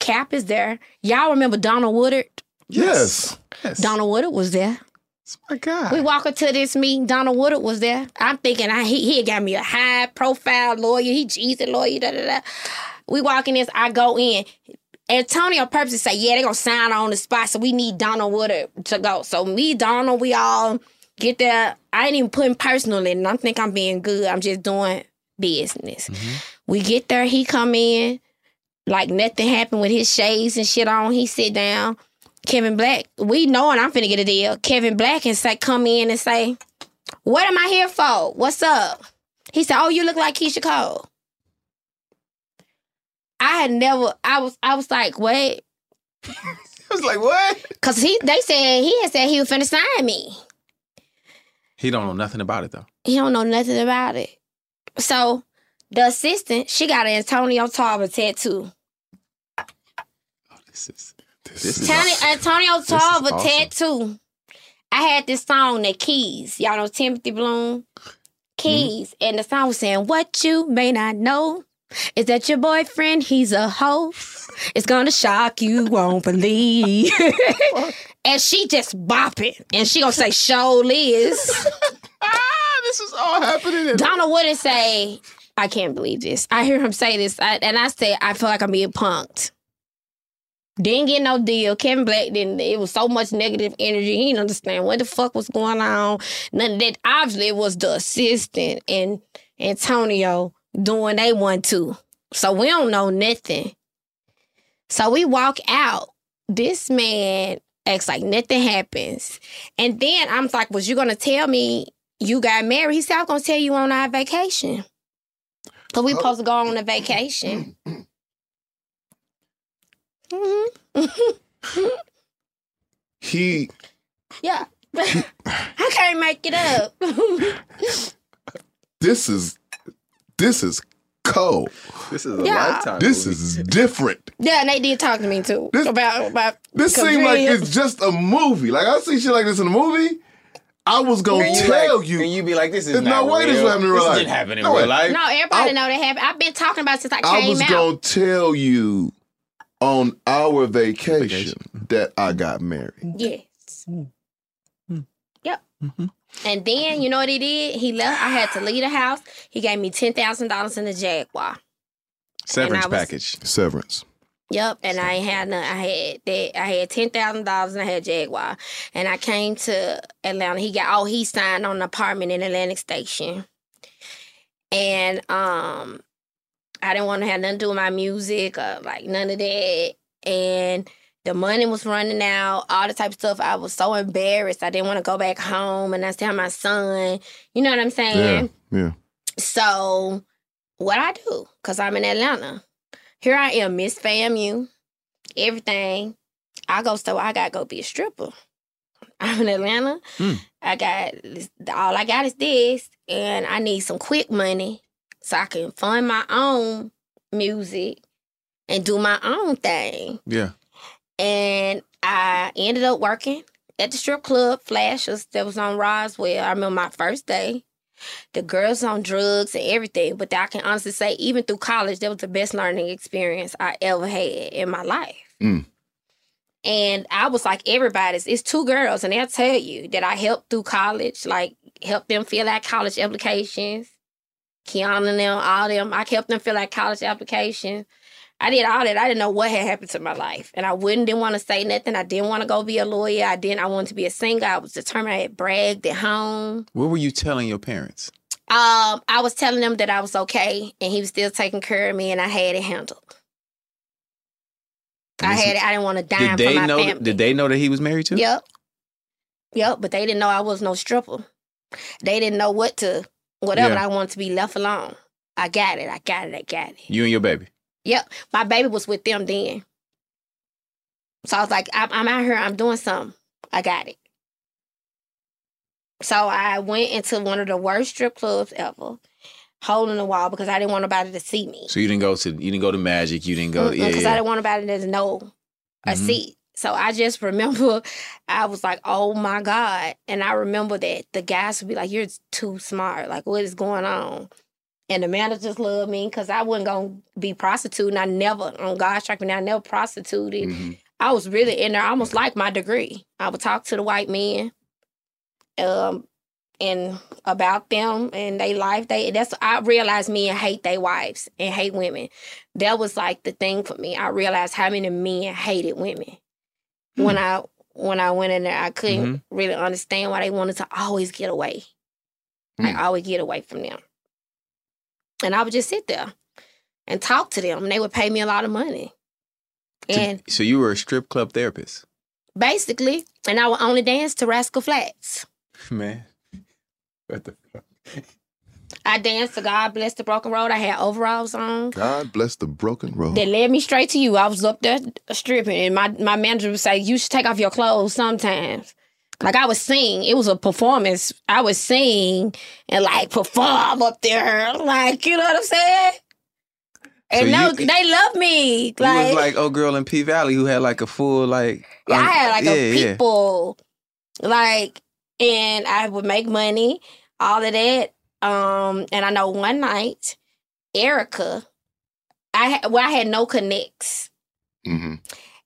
Cap is there. Y'all remember Donald Woodard?
Yes.
Donald Woodard was there.
Oh my God.
We walk into this meeting. Donald Woodard was there. I'm thinking I, he he got me a high profile lawyer. He Jesus lawyer. Da da da. We walk in this. I go in. Antonio purposely say, "Yeah, they gonna sign on the spot, so we need Donald Woodard to go." So me, Donald, we all get there. I ain't even putting personal in. and I think I'm being good. I'm just doing business.
Mm-hmm.
We get there. He come in like nothing happened with his shades and shit on. He sit down. Kevin Black, we knowing I'm finna get a deal. Kevin Black and say come in and say, "What am I here for? What's up?" He said, "Oh, you look like Keisha Cole." I had never. I was. I was like, "What?"
I was like, "What?"
Cause he. They said he had said he was finna sign me.
He don't know nothing about it though.
He don't know nothing about it. So the assistant, she got an Antonio Tarver tattoo.
Oh, This is
Tony, Antonio
this is
Tarver
awesome.
tattoo. I had this song, The Keys. Y'all know Timothy Bloom?
Mm-hmm.
Keys. And the song was saying, What you may not know is that your boyfriend, he's a hoe. It's gonna shock you, won't believe. and she just bopping. And she gonna say, Show Liz.
this is all happening.
Donna wouldn't say, I can't believe this. I hear him say this. I, and I say, I feel like I'm being punked. Didn't get no deal. Kevin Black didn't. It was so much negative energy. He didn't understand what the fuck was going on. None of that. Obviously, it was the assistant and Antonio doing they one two. So we don't know nothing. So we walk out. This man acts like nothing happens. And then I'm like, was you gonna tell me you got married? He said, I'm gonna tell you on our vacation. Cause we supposed to go on a vacation. Mm-hmm. Mhm.
He
yeah. I can't make it up.
this is this is cold.
This is
a Yeah. lifetime
This is different.
yeah, and they did talk to me too. about about
This seems like it's just a movie. Like I see shit like this in a movie. I was gonna
And you
tell
like-
you,
and you be like, "This is
There's
not
no way this
real.
would happen in real
This
life.
didn't happen in
No
real
way.
life.
No, everybody know that happened. I've been talking about it since I came
I was
out.
gonna tell you on our vacation that I got married.
Yes. Yep. And then you know what he did? He left. I had to leave the house. He gave me ten thousand dollars in the Jaguar.
Severance
And I was-
package.
Severance.
Yep. And I ain't had none. I had that. I had ten thousand dollars and I had Jaguar. And I came to Atlanta. He got oh he signed on an apartment in Atlantic Station. And um, I didn't want to have nothing to do with my music or like none of that. And the money was running out, all the type of stuff. I was so embarrassed. I didn't want to go back home and I still had my son. You know what I'm saying?
Yeah.
So what I do, because I'm in Atlanta. Here I am, Miss FAMU, everything. I go so I gotta go be a stripper. I'm in Atlanta. I got this- all I got is this, and I need some quick money so I can fund my own music and do my own thing.
Yeah.
And I ended up working at the strip club, Flashes, that was on Roswell. I remember my first day. The girls on drugs and everything, but I can honestly say, even through college, that was the best learning experience I ever had in my life.
Mm.
And I was like everybody's. It's two girls, and they'll tell you that I helped through college, like help them fill out college applications. Kiana and them, all them. I helped them fill out college applications. I did all that. I didn't know what had happened to my life, and I wouldn't didn't want to say nothing. I didn't want to go be a lawyer. I didn't. I wanted to be a singer. I was determined. I had bragged at home.
What were you telling your parents?
Um, I was telling him that I was okay, and he was still taking care of me, and I had it handled. I
This-
had it. I didn't want to dime
Did they
for my
know?
family.
Did they know that he was married to?
Yep. Yep, but they didn't know I was no stripper. They didn't know what to, whatever.
Yeah.
I wanted to be left alone. I got it. I got it. I got it.
You and your baby.
Yep. My baby was with them then. So I was like, I'm, I'm out here. I'm doing something. I got it. So I went into one of the worst strip clubs ever, holding the wall because I didn't want nobody to see me.
So you didn't go to you didn't go to Magic. You didn't go.
Because
yeah, yeah.
Mm-hmm. I didn't want nobody to know a
Mhm.
seat. So I just remember I was like, oh my God. And I remember that the guys would be like, you're too smart. Like, what is going on? And the managers loved me because I wasn't going to be prostituting. I never, on God's track, I never prostituted. I was really in there almost like my degree. I would talk to the white men um, and about them and they life. They That's, I realized men hate their wives and hate women that was like the thing for me. I realized how many men hated women. When I when I went in there, I couldn't
Mhm.
really understand why they wanted to always get away. I always get away from them. And I would just sit there and talk to them. And they would pay me a lot of money.
So-
And
so you were a strip club therapist,
basically, and I would only dance to Rascal Flats.
man. What the fuck?
I danced to God Bless the Broken Road. I had overalls on.
God bless the broken road.
that led me straight to you. I was up there stripping, and my, my manager would say, You should take off your clothes sometimes. Like I was sing, it was a performance. I was sing and like perform up there, like you know what I'm saying. And
So
no,
you-
they love me.
You was
Like,
like old girl in P Valley who had like a full like.
yeah, I had like a
Um, yeah, yeah.
people, like, and I would make money, all of that. Um, and I know one night, Erica, I had well, I had no connects.
Mm-hmm.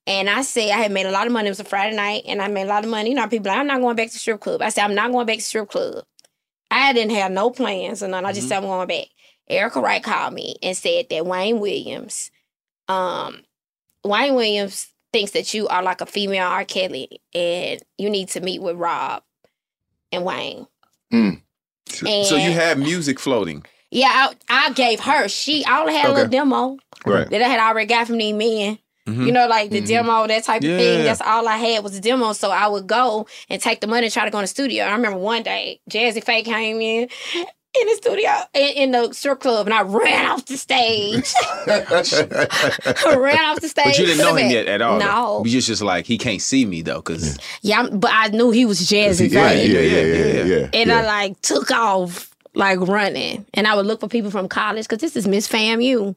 And I said I had made a lot of money. It was a Friday night, and I made a lot of money. You know, people like, I'm not going back to strip club. I said I'm not going back to strip club. I didn't have no plans or none. I just said I'm going back. Erica Wright called me and said that Wayne Williams, um, Wayne Williams thinks that you are like a female R. Kelly, and you need to meet with Rob and Wayne.
So, so you
And-
had music floating.
Yeah, I, I gave her. She I only had a little
Okay.
demo
Right.
that I had already got from these men.
Mhm.
You know, like the
Mhm.
demo, that type of
Yeah.
thing. That's all I had was a demo. So I would go and take the money and try to go in the studio. I remember one day, Jazzy Faye came in in the studio in, in the strip club, and I ran off the stage. I ran off the stage.
But you didn't
to
know
the
him
back.
yet at all.
No.
though. You just just like he can't see me though, cause
Yeah, I'm- but I knew he was Jazzy
Right,
Faye.
yeah, yeah, yeah, yeah, yeah.
And I like took off like running, and I would look for people from college because this is Miss FAMU.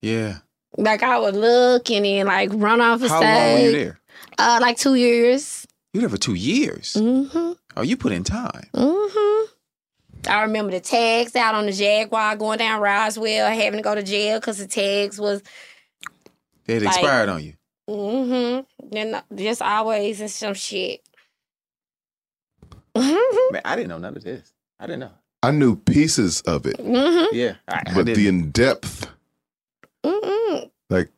yeah.
Like I would look and then like run off the
How
stage.
long were you there?
Uh, like two years.
You there for two years.
Mm-hmm.
Oh, you put in time.
Mm-hmm. I remember the tags out on the Jaguar going down Roswell, having to go to jail because the tags was
They had
Like-
expired on you.
mm-hmm. Then just always and some shit. Mm-hmm.
Man, I didn't know none of this. I didn't know.
I knew pieces of it,
Mm-hmm.
Yeah, I, I
but
didn't.
the in depth,
Mm-mm.
like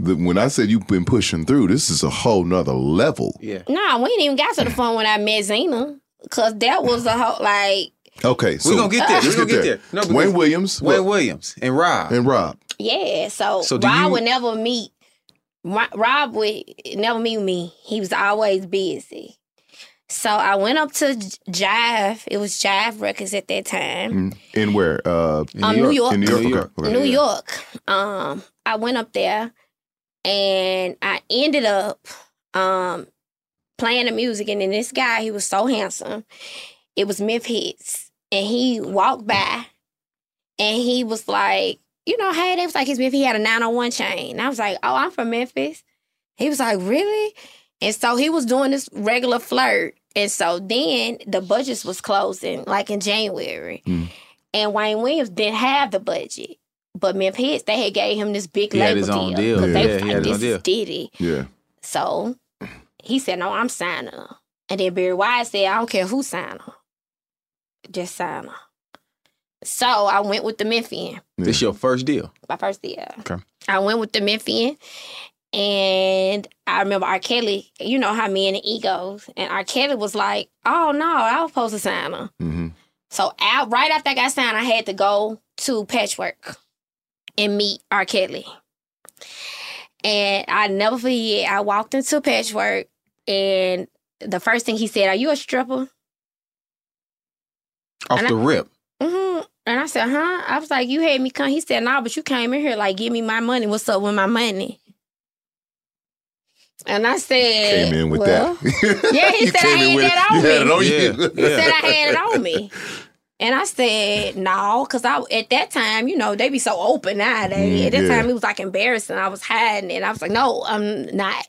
the, when I said you've been pushing through, this is a whole nother level.
Yeah.
Nah, we ain't even got to the phone when I met Zena. Cause that was a whole like
Okay, so
we're gonna get there.
Let's
We're gonna get there. because-
Wayne Williams,
Wayne
what-
Williams, and Rob.
and Rob.
yeah. So,
So do
Rob
you-
would never meet. Ro- Rob would never meet me. He was always busy. So I went up to J- Jive. It was Jive Records at that time.
Mm. In where? Uh,
Um, New York.
In New York.
New
okay,
York.
okay.
New York. Um, I went up there and I ended up um playing the music and then this guy, he was so handsome. It was Miff Hits. And he walked by and he was like, you know, hey, they was like his Miff. He had a 901 chain. And I was like, oh, I'm from Memphis. He was like, really? And so he was doing this regular flirt. And so then the budgets was closing, like in January
Hmm.
and Wayne Williams didn't have the budget. But Memphis Hits, they had gave him this big
He
label
had his own deal.
'cause
Yeah.
they
Yeah,
was
he
like,
had his
this
own deal.
is Diddy.
Yeah.
So he said, "No, I'm signing her." And then Barry White said, "I don't care who sign her, just sign her." So I went with the Memphian,
This your first deal.
my first deal.
Okay.
I went with the Memphian, and I remember R. Kelly. You know how men and egos, and R. Kelly was like, "Oh no, I was supposed to sign her."
Mm-hmm.
So out right after I got signed, I had to go to Patchwork and meet R. Kelly. And I never forget, I walked into Patchwork and the first thing he said, "Are you a stripper?"
Off
And I-
the rip.
hmm And I said, "Huh?" I was like, "You had me come." He said, "Nah, but you came in here like, give me my money. What's up with my money?" And I said,
Came in with
well,
that.
Yeah, he
You
said I
came in
had
with
that
it.
on
You had it on
me.
you.
He said I had it on me. And I said, no, because I at that time, you know, they be so open nowadays.
Mm,
at that
yeah.
time, it was like embarrassing. I was hiding it. I was like, no, I'm not.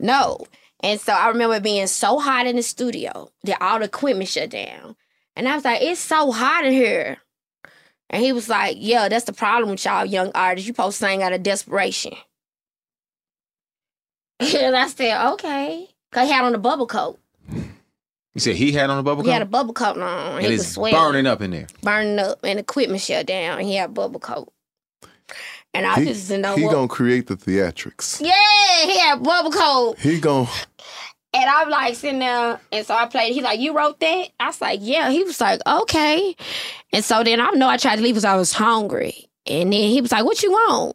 No. And so I remember being so hot in the studio that all the equipment shut down. And I was like, it's so hot in here. And he was like, yeah, that's the problem with y'all young artists. You post sing out of desperation. And I said, okay. Cause he had on a bubble coat.
You said he had on a bubble
He
coat?
had a bubble coat on.
and
he
it's
was sweating,
burning up in there.
burning up, and equipment shut down. And he had a bubble coat. And I just didn't know
he
what.
gonna create the theatrics.
Yeah, he had a bubble coat.
He gonna
And I'm like sitting there, and so I played. He like, you wrote that? I was like, yeah. He was like, okay. And so then I know I tried to leave because I was hungry. And then he was like, what you want?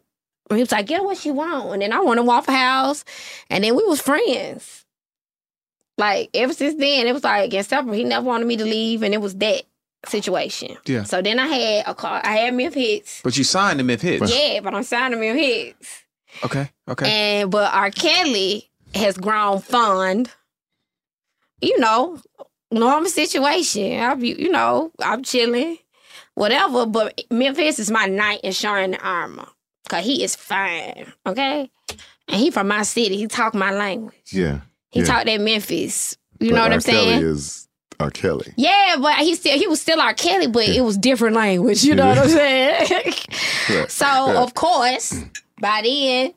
And he was like, get what you want. And then I went to Waffle House, and then we was friends. Like ever since then, it was like inseparable. He never wanted me to leave, and it was that situation.
Yeah.
So then I had a car. I had Miff Hits.
But you signed him if hits.
Yeah, but I'm signing Miff Hits.
Okay. Okay.
And but R. Kelly has grown fond. You know, normal situation. I'm, you you know, I'm chilling, whatever. But Memphis is my knight in shining armor, cause he is fine. Okay, and he from my city. He talk my language.
yeah.
He
yeah.
talk that Memphis. You
But
know what
R.
I'm saying?
Kelly is R. Kelly.
Yeah, but he still he was still R. Kelly, but it was different language. You know what I'm saying? So of course, by then,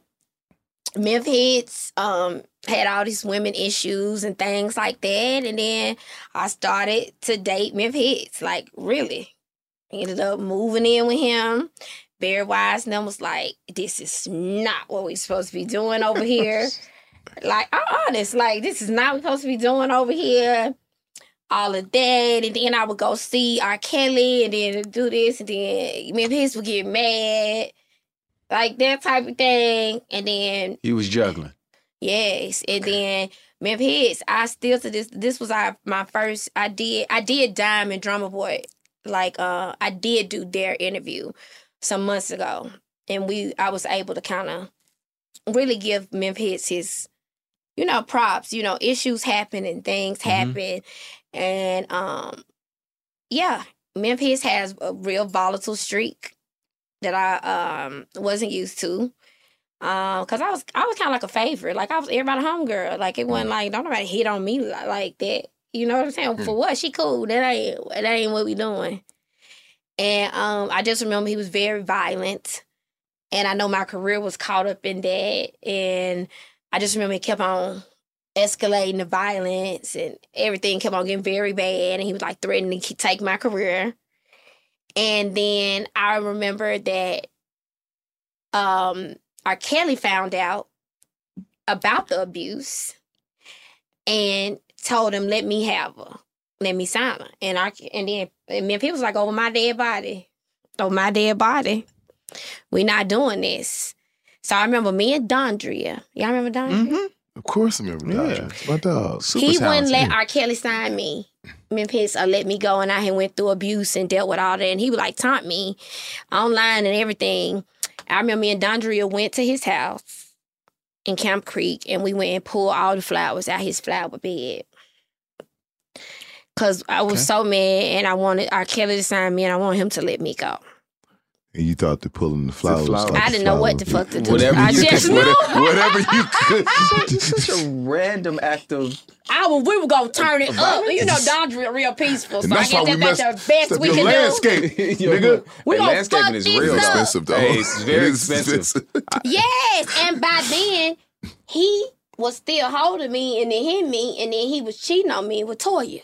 Memph hits um, had all these women issues and things like that, and then I started to date Memph hits. Like really, ended up moving in with him. Barry Wise and them was like, "This is not what we supposed to be doing over here." like I'm honest, like this is not what we supposed to be doing over here. All of that, and then I would go see R. Kelly, and then do this, and then Memphis would get mad like that type of thing. And then
He was juggling.
yes, and then Memphis. I still to this. This was our my first. I did. I did Diamond Drummer Boy. Like uh, I did do their interview some months ago, and we I was able to kind of really give Memphis his, you know, props. You know, issues happen and things happen, and um, yeah, Memphis has a real volatile streak that I um wasn't used to. Um, cause I was I was kind of like a favorite, like I was everybody homegirl. Like it wasn't like don't nobody hit on me li- like that. You know what I'm saying? For what she cool? That ain't that ain't what we doing. And um, I just remember he was very violent, and I know my career was caught up in that. And I just remember it kept on escalating the violence, and everything kept on getting very bad. And he was like threatening to ke- take my career. And then I remember that um R. Kelly found out about the abuse and told him, let me have her. Let me sign her. And I and then and then people was like, over my dead body. Over my dead body. We not doing this. So I remember me and Dondria. Y'all remember Dondria?
Of course I remember yeah. My dog.
he wouldn't let R. Kelly sign me. Memphis uh, let me go, and I had went through abuse and dealt with all that. And he would like taunt me online and everything. I remember me and Dondria went to his house in Camp Creek, and we went and pulled all the flowers out his flower bed. Cause I was so mad, and I wanted R. Kelly to sign me, and I wanted him to let me go.
And you thought that pulling the flowers.
flower.
like
I
a
didn't know what the
flower
fuck to
would-
do. I just knew.
whatever you could. Just such a random act of.
I was, we were gonna turn it up.
Violence?
You know, Dondria real peaceful, so
And
I
that's why
guess
we
that's
messed-
the best
that's
we
your
can do.
Landscape, nigga.
We gonna fuck these up.
expensive, though.
Hey, it's very
It is
expensive.
Yes, and by then he was still holding me and then hit me, and then he was cheating on me with Toya.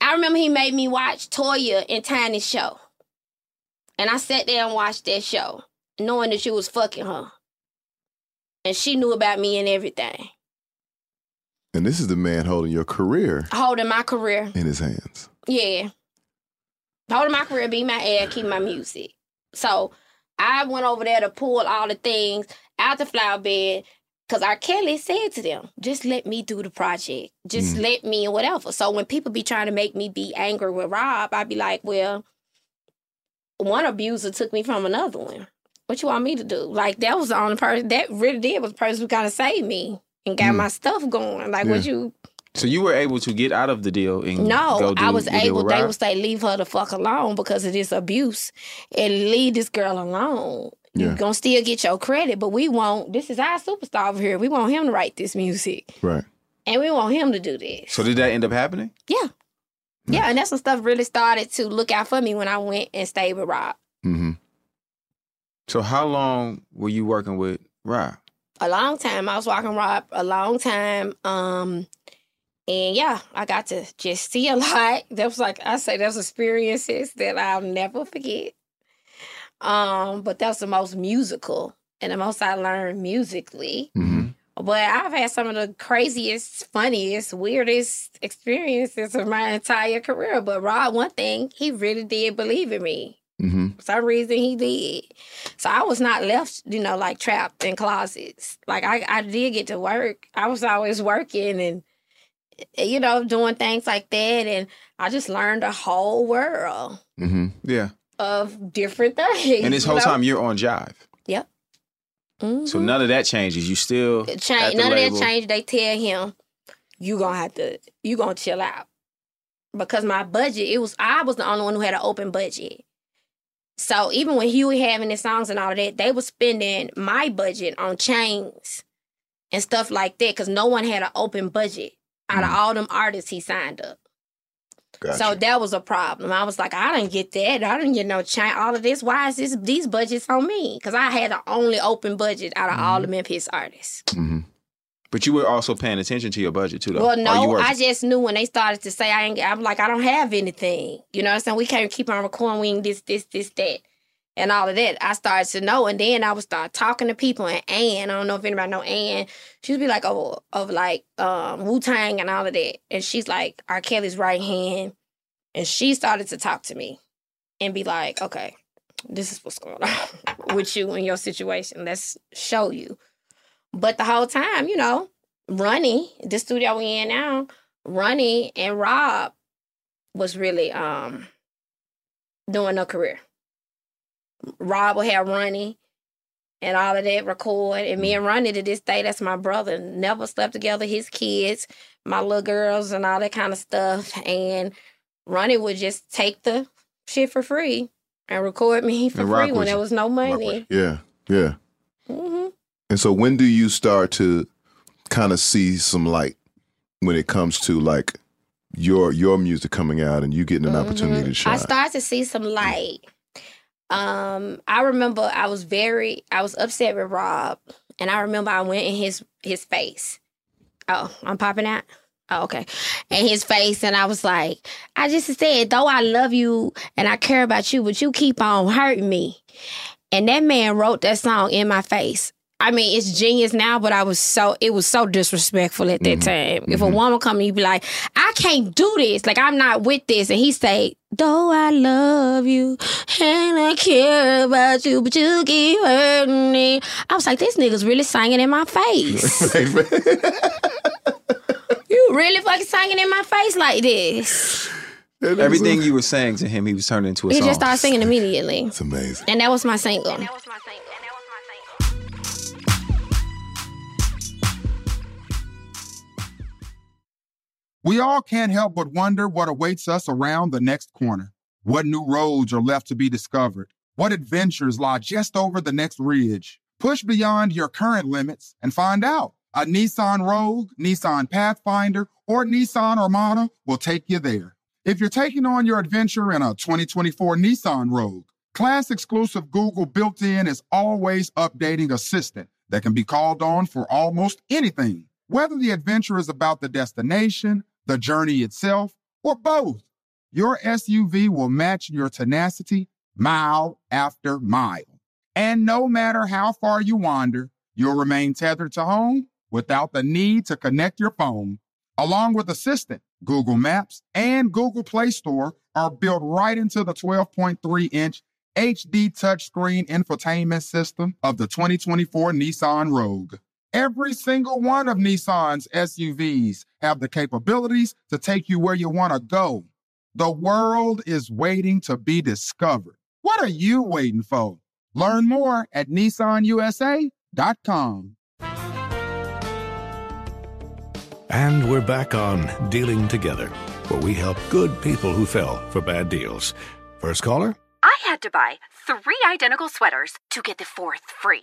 I remember he made me watch Toya and Tiny's show, and I sat there and watched that show, knowing that you was fucking her, and she knew about me and everything,
And this is the man holding your career
holding my career.
in his hands.
Yeah. Holding my career, be my ad, keep my music. So I went over there to pull all the things out the flower bed. Cause R. Kelly said to them, just let me do the project. Just
Mm.
let me or whatever. So when people be trying to make me be angry with Rob, I'd be like, well, one abuser took me from another one. What you want me to do? Like that was the only person that really did was the person who kind of saved me and got
Mm.
my stuff going. Like what
Yeah.
you
So you were able to get out of the deal and
no,
go do
I was
the deal
able.
with
They
Rob?
would say, "Leave her the fuck alone because of this abuse, and leave this girl alone.
Yeah.
You're gonna still get your credit, but we want this is our superstar over here. We want him to write this music,
Right.
and we want him to do this.
So did that end up happening?
Yeah,
Mm.
yeah. And that's when stuff really started to look out for me when I went and stayed with Rob
Mm-hmm. So how long were you working with Rob?
a long time. I was walking Rob a long time, um, and yeah, I got to just see a lot. That was like I say, those experiences that I'll never forget. Um, but that was the most musical and the most I learned musically. But I've had some of the craziest, funniest, weirdest experiences of my entire career. But Rod, one thing, he really did believe in me.
Mm-hmm.
For some reason, he did. So I was not left, you know, like trapped in closets. Like I, I did get to work. I was always working and, you know, doing things like that. And I just learned a whole world
Mm-hmm. Yeah.
of different things.
And this
you
whole
know?
time you're on Jive.
Yep. Mhm.
So none of that changes. You still
It
at
change
the
none
label.
of that change. They tell him you gonna have to you gonna chill out because my budget it was I was the only one who had an open budget. So even when Huey having his songs and all that, they were spending my budget on chains and stuff like that because no one had an open budget out
Mm.
of all them artists he signed up. So that was a problem. I was like, I didn't get that. I didn't get no chain. All of this. Why is this these budgets on me? Because I had the only open budget out of
Mm.
all the Memphis artists.
But you were also paying attention to your budget too, though.
Well,
Or you
no,
were
I just knew when they started to say I ain't. I'm like, I don't have anything. You know what I'm saying? We can't keep on recording. We ain't this, this, this, that, and all of that. I started to know, and then I would start talking to people. And Ann, I don't know if anybody know Ann. She'd be like, oh, of like um, Wu Tang and all of that, and she's like R. Kelly's right hand, and she started to talk to me, and be like, okay, this is what's going on with you and your situation. Let's show you. But the whole time, you know, Ronnie, the studio we in now, Ronnie and Rob was really um doing their career. Rob would have Ronnie and all of that record. And me and Ronnie to this day, that's my brother. Never slept together, his kids, my little girls and all that kind of stuff. And Ronnie would just take the shit for free and record me for
And rock
free when
with
there
you.
was no money.
Yeah. Yeah.
hmm
And so when do you start to kind of see some light when it comes to like your your music coming out and you getting an opportunity to shine?
Mm-hmm. I started to see some light. Um, I remember I was very I was upset with Rob, and I remember I went in his his face. Oh, I'm popping out. Oh, okay. In his face, and I was like, I just said, though I love you and I care about you, but you keep on hurting me. And that man wrote that song in my face. I mean, it's genius now, but I was so it was so disrespectful at that time. If a woman come and you be like, I can't do this, like I'm not with this, and he say, Though I love you and I care about you, but you keep hurting me. I was like, this nigga's really singing in my face. you really fucking singing in my face like this.
everything you were saying to him, he was turning into a
He
song.
just started singing immediately. It's
amazing.
And that was my single.
We all can't help but wonder what awaits us around the next corner. What new roads are left to be discovered? What adventures lie just over the next ridge? Push beyond your current limits and find out. A Nissan Rogue, Nissan Pathfinder, or Nissan Armada will take you there. If you're taking on your adventure in a 2024 Nissan Rogue, class exclusive Google built in is always updating assistant that can be called on for almost anything, whether the adventure is about the destination, the journey itself, or both. Your SUV will match your tenacity mile after mile. And no matter how far you wander, you'll remain tethered to home without the need to connect your phone. Along with Assistant, Google Maps and Google Play Store are built right into the 12.3 inch HD touchscreen infotainment system of the 2024 Nissan Rogue. Every single one of Nissan's SUVs have the capabilities to take you where you want to go. The world is waiting to be discovered. What are you waiting for? Learn more at nissanusa.com.
And we're back on Dealing Together, where we help good people who fell for bad deals. First caller?
I had to buy three identical sweaters to get the fourth free.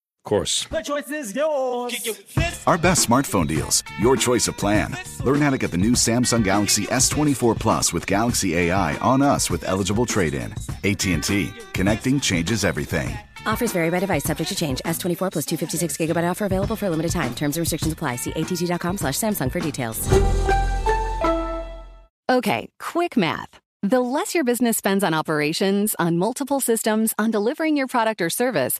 Of course.
The choice is yours.
Our best smartphone deals. Your choice of plan. Learn how to get the new Samsung Galaxy S24 Plus with Galaxy AI on us with eligible trade-in. AT&T. Connecting changes everything.
Offers vary by device, subject to change. S24 plus 256 gigabyte offer available for a limited time. Terms and restrictions apply. See att.com slash Samsung for details.
Okay, quick math. The less your business spends on operations, on multiple systems, on delivering your product or service,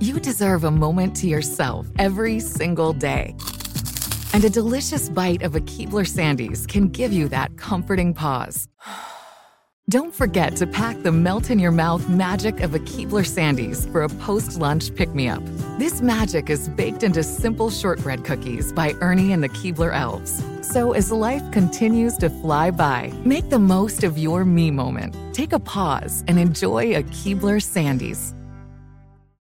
You deserve a moment to yourself every single day. And a delicious bite of a Keebler Sandies can give you that comforting pause. Don't forget to pack the melt in your mouth magic of a Keebler Sandies for a post lunch pick me up. This magic is baked into simple shortbread cookies by Ernie and the Keebler Elves. So as life continues to fly by, make the most of your me moment. Take a pause and enjoy a Keebler Sandies.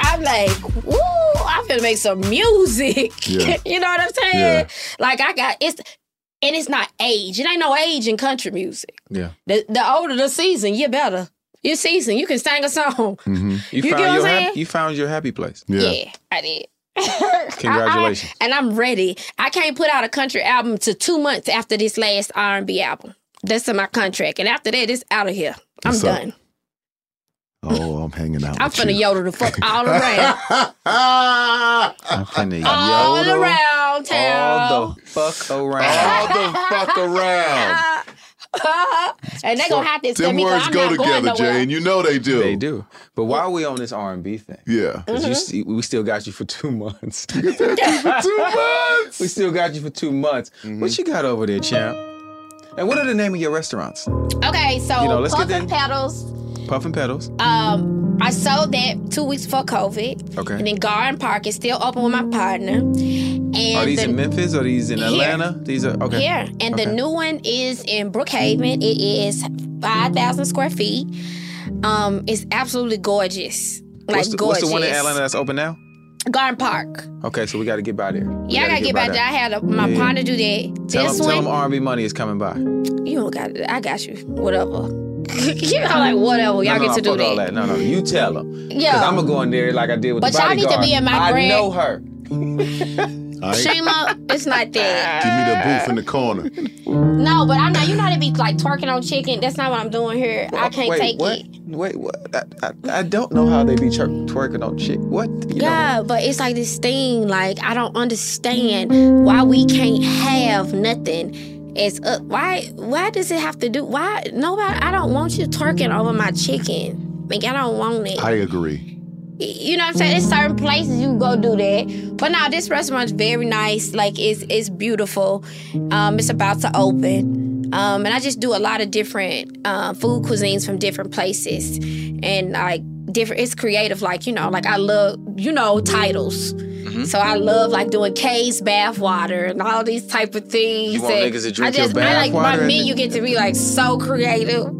I'm like, woo, I'm gonna make some music.
Yeah.
you know what I'm saying?
Yeah.
Like I got it's and it's not age. It ain't no age in country music.
Yeah.
The the older the season, you better. Your season, you can sing a song.
Mm-hmm.
Mm-hmm. You,
You get
found
what I'm
your
saying?
happy, you found your happy place.
Yeah, I did.
Congratulations.
and I'm ready. I can't put out a country album to two months after this last R and B album. That's in my contract. And after that, it's out of here. I'm
That's up.
done.
Oh, I'm hanging out.
I'm
with
finna
you.
yodel the fuck all around.
I'm finna
all
yodel
around town.
all the fuck
All
around.
the fuck around.
and they gonna have to tell
Them
me 'cause
words
I'm
go
not
together,
going nowhere.
Jane. You know they do.
They do. But why are we on this R and B thing?
Yeah.
'Cause you
Mhm.
see- we still got you for two months.
For two months.
we still got you for two months.
Mm-hmm.
What you got over there, champ? And what are the name of your restaurants?
Okay, so
You know, let's
Puff
get
and Petals.
Puff and Petals.
Um, I sold that two weeks before COVID.
Okay.
And then Garden Park is still open with my partner. And
Are these
the-
in Memphis? Are these in
Here.
Atlanta? These are okay.
Here. And the
Okay.
new one is in Brookhaven. It is 5,000 square feet. Um, It's absolutely gorgeous. Like,
What's the,
gorgeous.
what's the one in Atlanta that's open now?
Garden Park.
Okay, so we got to get by there. We
Yeah, I gotta get back there. I had a, my
Yeah.
partner do that.
Tell
this
them,
one,
R&B money is coming by.
you don't got it. I got you. Whatever. you know, like, whatever. Y'all
no, no,
get
no,
to do
fuck all that. No, no, you tell them.
Yeah.
I'm gonna go in there like I did with
But
the
y'all need to
bodyguard.
be in my
I
grad-
know her.
All right?
Shayla, it's not that.
Give me the booth in the corner.
No, but I'm not. You know how to be like twerking on chicken. That's not what I'm doing here. I can't
Wait,
take
what?
it.
Wait, what? I, I, I don't know how they be twer- twerking on chick. What? You
yeah, but it's like this thing. Like I don't understand why we can't have nothing. It's uh, why? Why does it have to do? Why? Nobody. I don't want you twerking over my chicken. Like I don't want it.
I agree.
you know what I'm saying? There's certain places you can go do that. But now this restaurant's very nice. Like it's it's beautiful. Um, it's about to open. Um, and I just do a lot of different uh, food cuisines from different places, and like different. It's creative. Like you know, like I love you know titles.
Mm-hmm.
So I love like doing K's bath water and all these type of things.
You want
and
niggas to drink
I
your
just
bath
I like
water
my
and
menu get to be like so creative.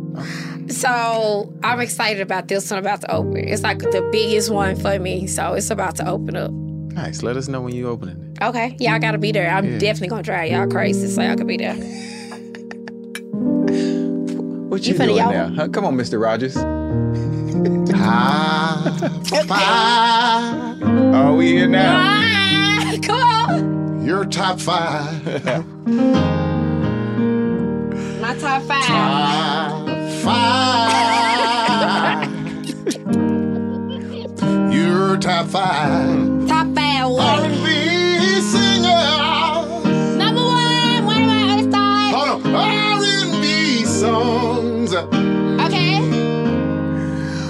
So I'm excited about this one about to open. It's like the biggest one for me. So it's about to open up.
Nice. Let us know when you open it.
Okay, y'all gotta be there. I'm
Yeah.
definitely gonna try y'all crazy so y'all can be there.
What
You
you,
finna
doing
y'all-
now? Huh? Come on, Mr. Rogers.
ah,
Are we here now?
Come on.
Your top five.
My top five.
five. Your top five.
top five. What?
R&B singer.
Number one. Where do I start?
Hold on. R&B songs.
Okay.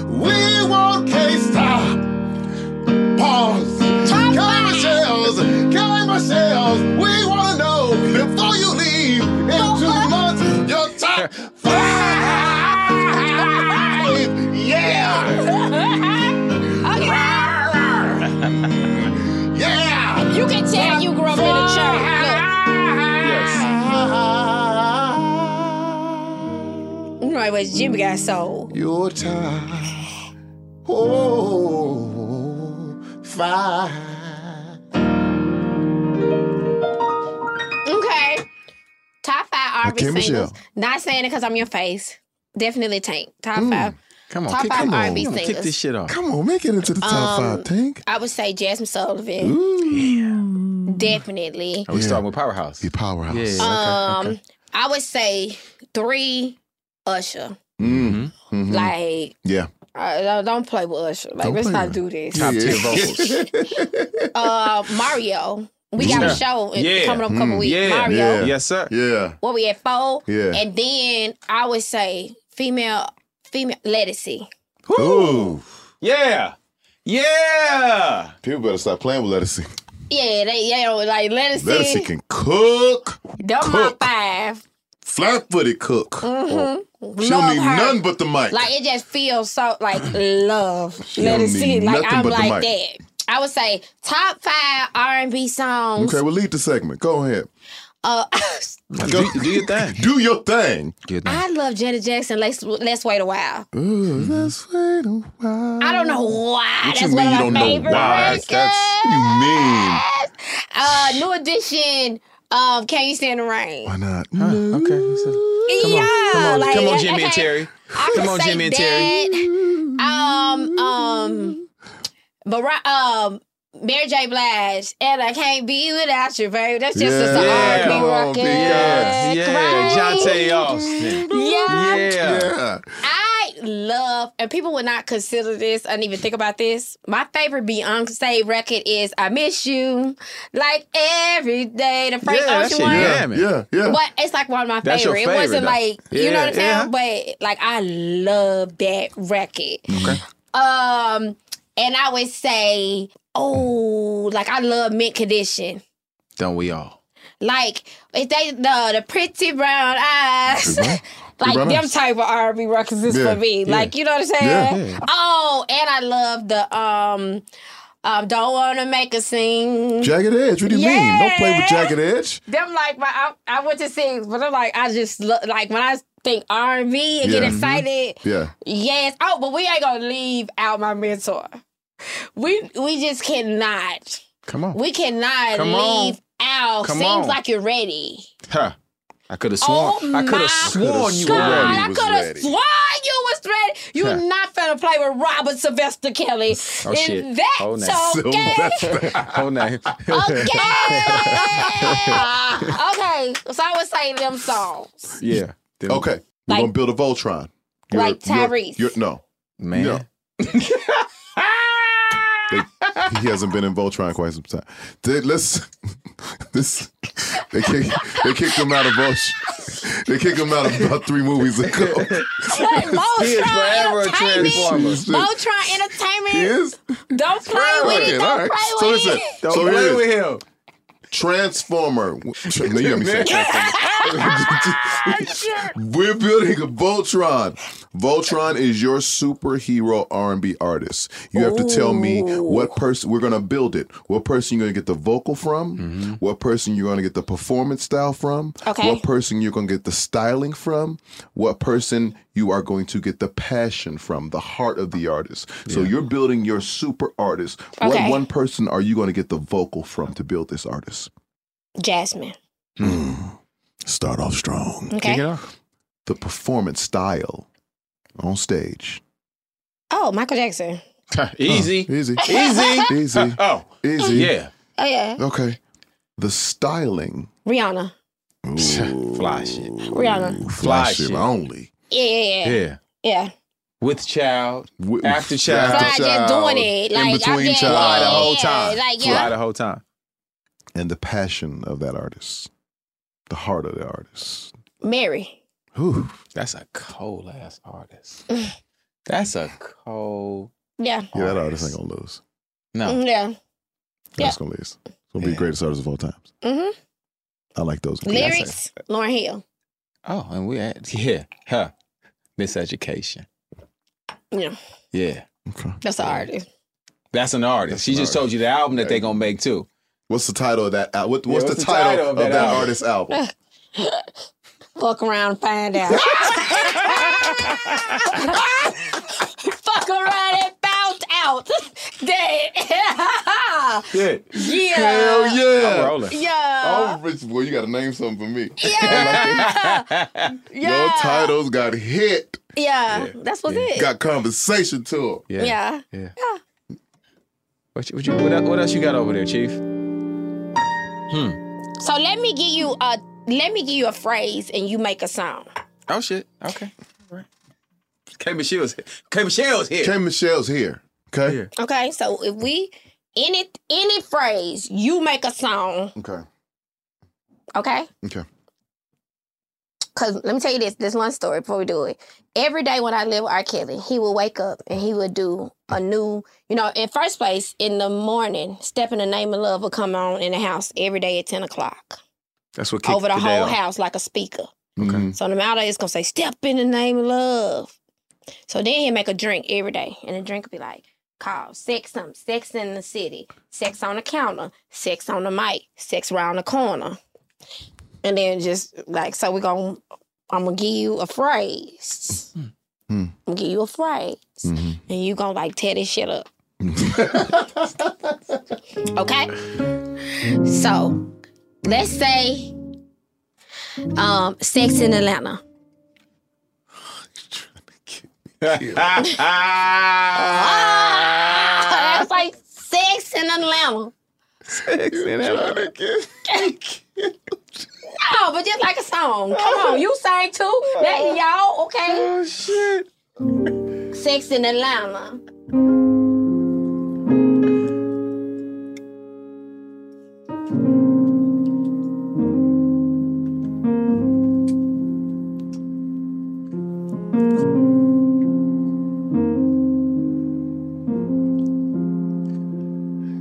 We won't can't stop. Pause.
Top
Count ourselves. Count ourselves. We wanna know before you leave in two months. Your top five. Yeah. Yeah.
You can tell you grew up in the church. Look. You know it was Jimmy got sold.
Your time. Oh, five.
Okay. Top five R&B
Rakim
singles.
Michelle.
Not saying it because I'm your face. Definitely Tank. Top five.
Hmm. Come on,
Top
kick,
five
come on.
R&B
Come on, kick
singers.
this shit off.
Come on, make it into the top
Um,
five, Tank.
I would say Jasmine Sullivan. Definitely.
Are we starting with Powerhouse?
Your Powerhouse.
Yeah. okay,
um,
okay.
I would say three Usher.
Mm-hmm.
Like,
yeah.
uh, don't- don't play with Usher. Like,
Don't
let's
play
not
with
do this.
Top tier
uh, Mario. We got
Yeah.
a show in-
Yeah.
coming up a couple
Mm.
weeks.
Yeah.
Mario.
Yeah. Yes, sir.
Hmm. Yeah.
What we at four?
Yeah.
And then I would say female, female, let it see.
Ooh.
Yeah. Yeah.
People better stop playing with lettuce.
Yeah, they, yeah, like let it
Lettuce
see.
can cook.
Them my
cook.
five.
Flat footed cook.
Mm-hmm.
She don't need nothing but the mic.
Like it just feels so like love.
She
Let
don't
it see.
need
Like
nothing
I'm
but the
like that.
mic.
I would say top five R and B songs.
okay, we'll leave the segment. Go ahead.
Uh,
Go. Do, your thing. do your thing.
I love Janet Jackson. Let's let's wait a while.
Ooh,
Mm-hmm.
let's wait a while.
I don't know why.
What
Ah, That's
you
one
mean
of
you
my
don't know
favorite
why?
records.
That's what you mean.
Uh, new edition. Um, can you stand the rain?
Why not?
okay.
Come yeah, on,
Come on,
like,
come on
okay,
Jimmy and Terry.
I
Come
could
on,
say
Jimmy and Terry.
that. Um, um, but right, um, Mary J. Blige, and I can't be without you, baby. That's just yeah.
yeah.
an
Come
R&B
on,
record.
B. Yeah. Yeah. Jonte Austin.
Yeah.
Yeah.
I love, and people would not consider this and even think about this. My favorite Beyonce record is "I Miss You," like every day. The Frank
Yeah, that
Ocean
shit
one.
jamming. Yeah, yeah.
But it's like one of my
That's your
favorite. It wasn't
favorite,
like
though.
you know what I'm
Yeah, Uh-huh.
saying, but like I love that record.
Okay.
Um, and I would say, oh, like I love mint condition.
Don't we all?
Like if they the the pretty brown eyes. Like
Brown
them
eyes.
type of R and B records is
Yeah,
for me.
yeah.
Like you know what I'm
Yeah.
saying.
Yeah.
Oh, and I love the um, um, don't wanna make a scene.
Jagged Edge. What do you mean? Don't play with
Yeah.
Jagged Edge.
Them like my I, I went to sing, but I'm like I just lo- like when I think R and B and get
Yeah. mm-hmm.
excited.
Yeah.
Yes. Oh, but we ain't gonna leave out my mentor. We we just cannot.
Come on.
We cannot
Come on.
leave out.
Come
Seems
on.
like you're ready.
Huh. I could have sworn.
Oh
I could
my
have sworn you were
God,
ready.
I could have sworn you was ready. You
Huh.
not finna play with Robert Sylvester Kelly.
Oh
and
shit! Hold
That's
on.
okay.
Hold on.
okay, so I would say them songs.
Yeah. Okay. We're
Like-
gonna build a Voltron.
Like Tyrese.
You're, no.
Man.
No. They- he hasn't been in Voltron quite some time. They, let's this they kick, they kicked him out of Voltron. They kicked him out of about three movies ago.
He is forever a transformer.
Voltron
He
Entertainment.
is?
Don't play with it.
Okay,
Don't
all right.
play
so
with
listen,
it.
Don't
so
play
here it
with
is.
him.
Transformer. Tra- no, you got me saying Transformer. We're building a Voltron. Voltron is your superhero R&B artist. You have to tell me what person we're gonna build it. What person you're gonna get the vocal from? What person you're gonna get the performance style from?
Okay.
What person you're gonna get the styling from? What person you are going to get the passion from? The heart of the artist. So you're building your super artist.
Okay.
What one person are you going to get the vocal from to build this artist?
Jasmine.
Hmm.
Hmm.
Start off strong.
Okay. Kick it
The performance style on stage.
Oh, Michael Jackson.
easy.
Easy.
easy. Easy. oh. Easy.
Yeah.
Oh yeah.
Okay. The styling.
Rihanna.
Fly shit.
Rihanna.
Fly shit.
Only.
Yeah, yeah, yeah.
Yeah.
Yeah.
With child. after child.
Fly just doing it. Like,
in between
I just,
child.
Fly the whole
yeah,
time.
Like, yeah.
Fly the whole time.
And the passion of that artist. The heart of the artist.
Mary.
Whew.
That's a cold ass artist. That's a cold.
Yeah. Mm,
Yeah, that artist ain't going to lose.
No.
Yeah. Yeah.
That's going to lose. It's going to be the greatest artist of all time.
hmm
I like those.
Lyrics, Lauren Hill.
Oh, and we at yeah, huh? Miseducation.
Yeah.
Yeah,
That's an artist.
that's an artist. she just told you the album that they gonna make too.
What's the title of that album?
Yeah,
what's the title of that
album?
artist's album?
Fuck around and find out. Fuck around and found out. Dead.
Yeah.
Yeah.
Hell yeah.
I'm rolling. Yeah.
Oh, Rich boy, you got to name something for me. Yeah. Your titles got hit.
yeah. Uh, That's what's it.
Got conversation to them.
yeah. yeah.
What, you, what, you, what, el- what else you got over there, Chief? Hmm.
So let me give you a let me give you a phrase and you make a song.
Oh shit. Okay. Right. K Michelle's here. K Michelle's here.
K Michelle's here. Okay.
Okay. So if we any any phrase, you make a song.
Okay.
Okay.
Okay.
Cause let me tell you this, this one story before we do it. Every day when I live with R. Kelly, he would wake up and he would do a new, you know, in first place, in the morning, Step in the Name of Love would come on in the house every day at 10 o'clock.
That's what
over the, whole house like a speaker.
Okay.
So no matter it's gonna say, Step in the name of love. So then he'd make a drink every day. And the drink would be like, call sex something, sex in the city, sex on the counter, sex on the mic, sex round the corner. And then just like, so we're gonna I'm gonna give you a phrase. I'm gonna give you a phrase.
Mm-hmm.
And you gonna like tear this shit up. okay? So let's say um sex in Atlanta. That's like sex in Atlanta.
é
Sex in Atlanta.
No, but just like a song. Come on, you sang too. That y'all, okay? Oh shit. Sex in Atlanta.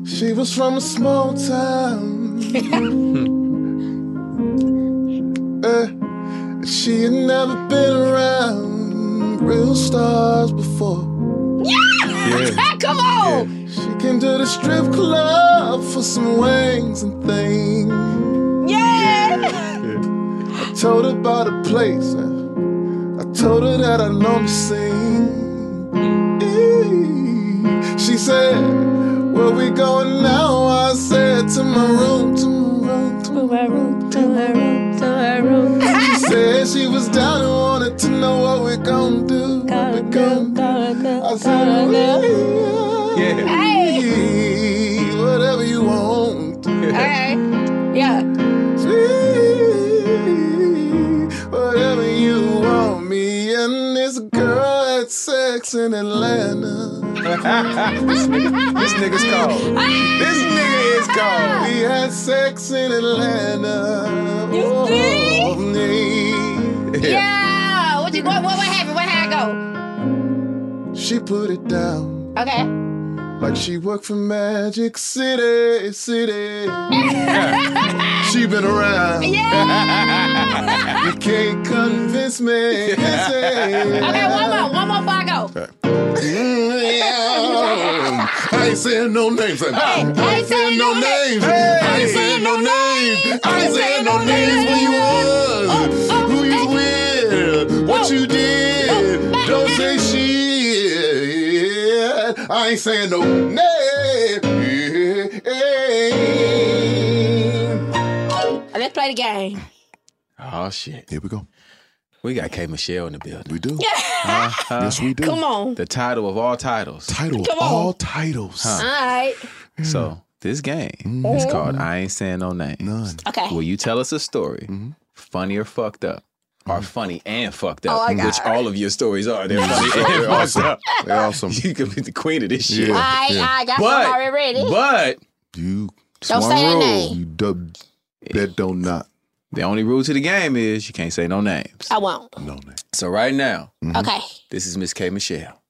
She was from a small town. Uh, she had never been around real stars before.
Yeah. Come on!
She came to the strip club for some wings and things.
Yeah!
I told her about a place. I told her that I know to sing.
Mm.
Eee. She said, Where we going now? I said, To my room, to my room, to my room, to my room, to my room.
was down and wanted to know what we gon' do. What we gon' do. I said, yeah. Whatever you want.
Okay. Yeah.
Whatever you want me and this girl had sex in Atlanta. this, nigga, this nigga's cold. This nigga is cold. We had sex in Atlanta. You
Yeah. What you what what, what happened? What how I
She put it down
go? Okay.
like she worked for Magic City, City. she been around.
Yeah.
you can't convince me.
Okay, one more, one more before I go.
Mm, I ain't saying no names. I ain't saying no names. I ain't saying no names. I ain't saying no names. Where you was, who you with, what you did. Don't say shit. I ain't saying no names.
Let's play the game.
Oh shit.
Here we go.
We got K Michelle in the building.
We do.
Uh-huh.
Yes, we do.
Come on.
The title of all titles.
Title
Come on. all
titles.
All right.
So this game
Mhm.
Mm-hmm.
is called I Ain't Saying No Names. None.
Okay.
Will you tell us a story,
Mm-hmm.
funny or fucked up, or funny and fucked up,
Oh, I got
which
it.
all of your stories are. They're funny and
They're
fucked
awesome.
up.
They're awesome.
You could be the queen of this shit.
Yeah,
I I got
But-
some already ready.
But
Don't say that name.
You dub that don't not.
The only rule to the game is you can't say no names.
I won't.
So right now,
Mm-hmm.
Okay.
this is Miss K Michelle,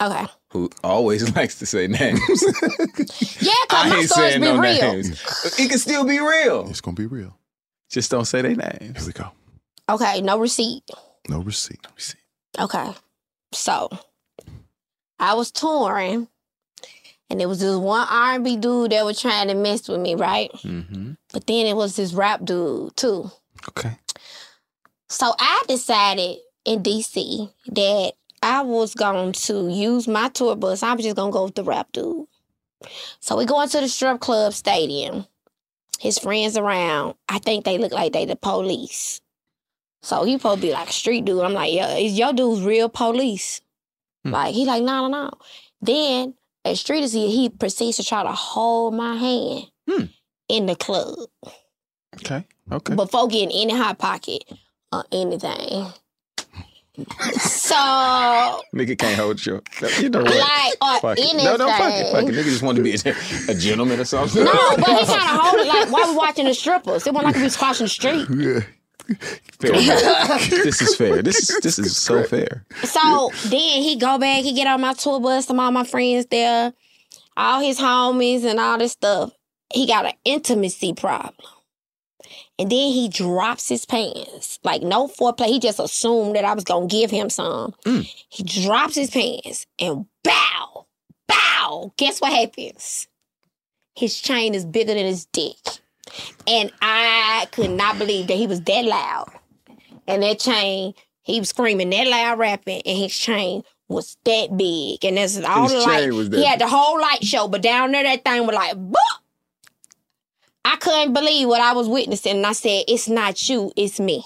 Okay.
who always likes to say names.
Yeah, cause my stories be real.
It can still be real.
It's gonna be real.
Just don't say their names. Here
we go.
Okay, no receipt.
No receipt.
Okay. So I was touring and it was this one R and B dude that was trying to mess with me, right?
Mm-hmm.
But then it was this rap dude too.
Okay.
So I decided in DC that I was going to use my tour bus. I was just gonna go with the rap dude. So we going to the strip club stadium. His friends around. I think they look like they the police. So he probably be like a street dude. I'm like, yeah, is your dude's real police? Like he like, no, no, no. Then as street as he, he proceeds to try to hold my hand in the club
Okay. Okay.
before getting any hot pocket or anything. so
Nigga can't hold your. You know what?
Like, or
Fuck it. No, don't fuck it.
anything.
Fuck it. Nigga just wanted to be a, a gentleman or something.
no, but he kind of hold it like while we watching the strippers. It wasn't like we was crossing the street.
Fair enough. this is fair. This is this is so fair.
So then he go back, he get on my tour bus, some all my friends there, all his homies and all this stuff. He got an intimacy problem. And then he drops his pants. Like no foreplay. He just assumed that I was gonna give him some. He drops his pants and bow, bow. Guess what happens? His chain is bigger than his dick. And I could not believe that he was that loud. And that chain, he was screaming that loud rapping, and his chain was that big. And that's all
His
the
chain
light.
was that
He had the
big.
whole light show, but down there that thing was like, boop. I couldn't believe what I was witnessing, and I said, "It's not you, it's me."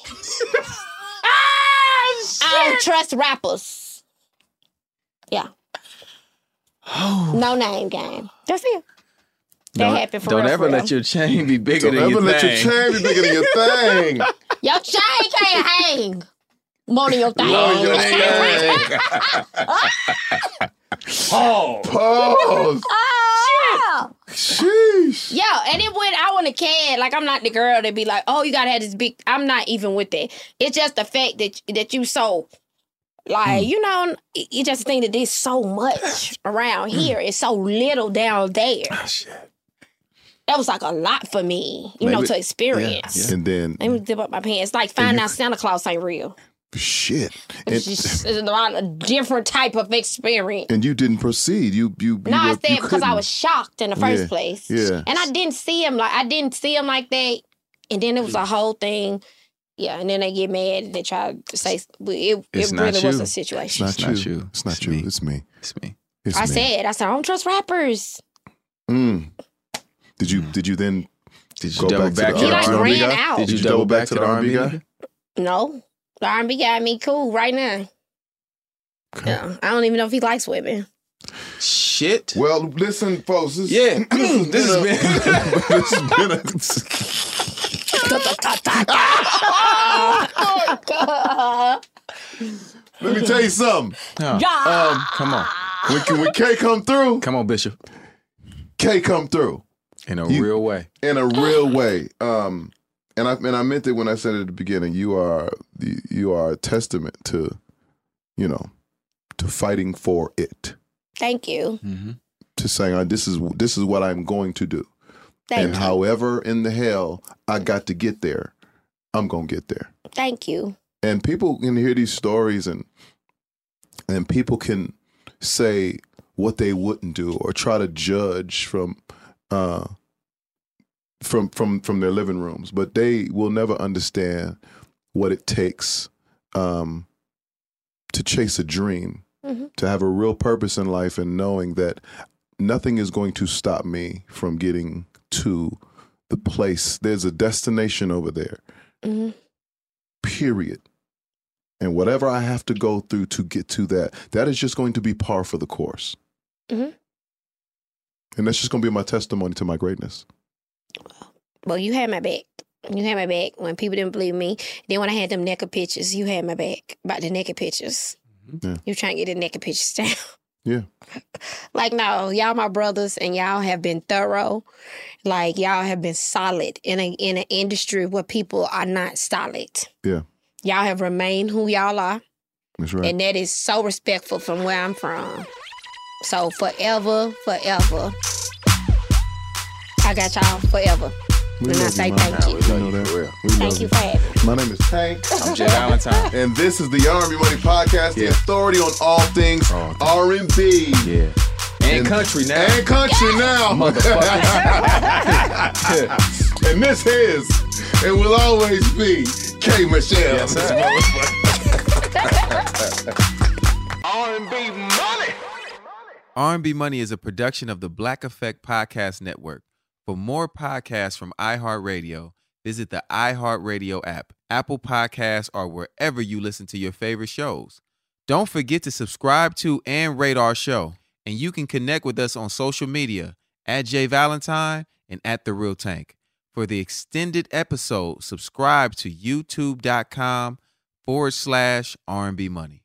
I don't trust rappers. Yeah. no name game. That's it. That
Don't-
happened for
Don't
real.
ever
for real.
let your chain be bigger
Don't
than
ever
your
let your
thing.
chain be bigger than your thing.
Your chain can't hang. More than your thing.
More than your thing. Pause. Pause.
Oh,
Sheesh.
yeah. yeah, and it went. I want to care. Like I'm not the girl that be like, oh, you gotta have this big. I'm not even with that. It's just the fact that that you so, like,
Hmm.
you know, it- it's just the thing that there's so much around
Hmm.
here. It's so little down there.
Ah,
That was like a lot for me, you know,
Maybe-
to experience.
Yeah, yeah. And then-
let me zip up my pants. Like finding out Santa Claus ain't real.
Shit.
It's
And-
just it's a lot of different type of experience.
And you didn't proceed. You you.
No,
you
I
were- you
said because I
couldn't.
was shocked in the first
Yeah,
place.
yeah.
And I didn't see him like I didn't see him like that. And then it was a
Mm.
whole thing. Yeah, and then they get mad. They try to say but it.
It's
it
not
really was
you.
a situation.
It's not you. It's not you. It's me.
It's me.
I said. I said I don't trust rappers.
Mm. Did you did you then
did
go
double
back,
back
to
to
the
the
R&B
R&B?
guy?
Did you
Did you double
double
back
back
to
to
the
the
R&B
R&B
guy?
guy?
No, The R&B got me cool right now. Yeah, I don't even know if he likes women.
Shit. Well, listen, folks. This,
Yeah.
this has been. a- this has been a- Let me tell you something. Uh,
Yeah. Um, come on.
When, K- when K come through,
come on, Bishop.
K come through
in a
real
way.
In a real way. Um, and I and I meant it when I said it at the beginning. You are you you are a testament to, you know, to fighting for it.
Thank you.
Mm.
To saying "Uh, this is this is what I'm going to do,
Thank
and
you.
however in the hell I got to get there, I'm gonna get there.
Thank you.
and people can hear these stories and and people can say what they wouldn't do or try to judge from uh from from from their living rooms but they will never understand what it takes um to chase a dream
Mhm.
to have a real purpose in life and knowing that nothing is going to stop me from getting to the place there's a destination over there
Mhm.
period. And whatever I have to go through to get to that, that is just going to be par for the course.
Mhm.
And that's just going to be my testimony to my greatness.
Well, you had my back. You had my back when people didn't believe me. Then when I had them naked pictures, you had my back about the naked pictures.
Yeah.
You trying to get the naked pictures down.
Yeah.
like, no, y'all my brothers and y'all have been thorough. Like y'all have been solid in a in an industry where people are not solid.
Yeah.
Y'all have remained who y'all are.
That's right.
And that is so respectful from where I'm from. So forever, forever. I got y'all forever.
We
and I
love
say
Mom.
thank you.
We know that. We love
Thank you for having me.
My name is Tank.
I'm Jay Valentine.
And this is the R&B Money Podcast, the
Yeah.
authority on all things R&B.
Yeah. And country now.
And country now. Motherfucker. and this is, and will always be, K. Michelle.
Yes, sir.
R&B money.
R&B Money is a production of the Black Effect Podcast Network. For more podcasts from iHeartRadio, visit the iHeartRadio app, Apple Podcasts, or wherever you listen to your favorite shows. Don't forget to subscribe to and rate our show, and you can connect with us on social media at Jay Valentine and at The Real Tank. For the extended episode, subscribe to youtube.com forward slash R&B Money.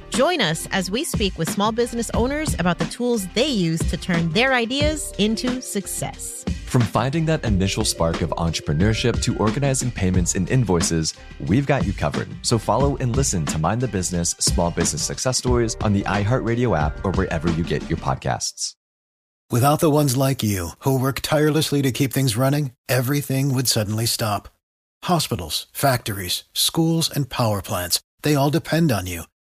Join us as we speak with small business owners about the tools they use to turn their ideas into success.
From finding that initial spark of entrepreneurship to organizing payments and invoices, we've got you covered. So follow and listen to Mind the Business Small Business Success Stories on the iHeartRadio app or wherever you get your podcasts.
Without the ones like you, who work tirelessly to keep things running, everything would suddenly stop. Hospitals, factories, schools, and power plants, they all depend on you.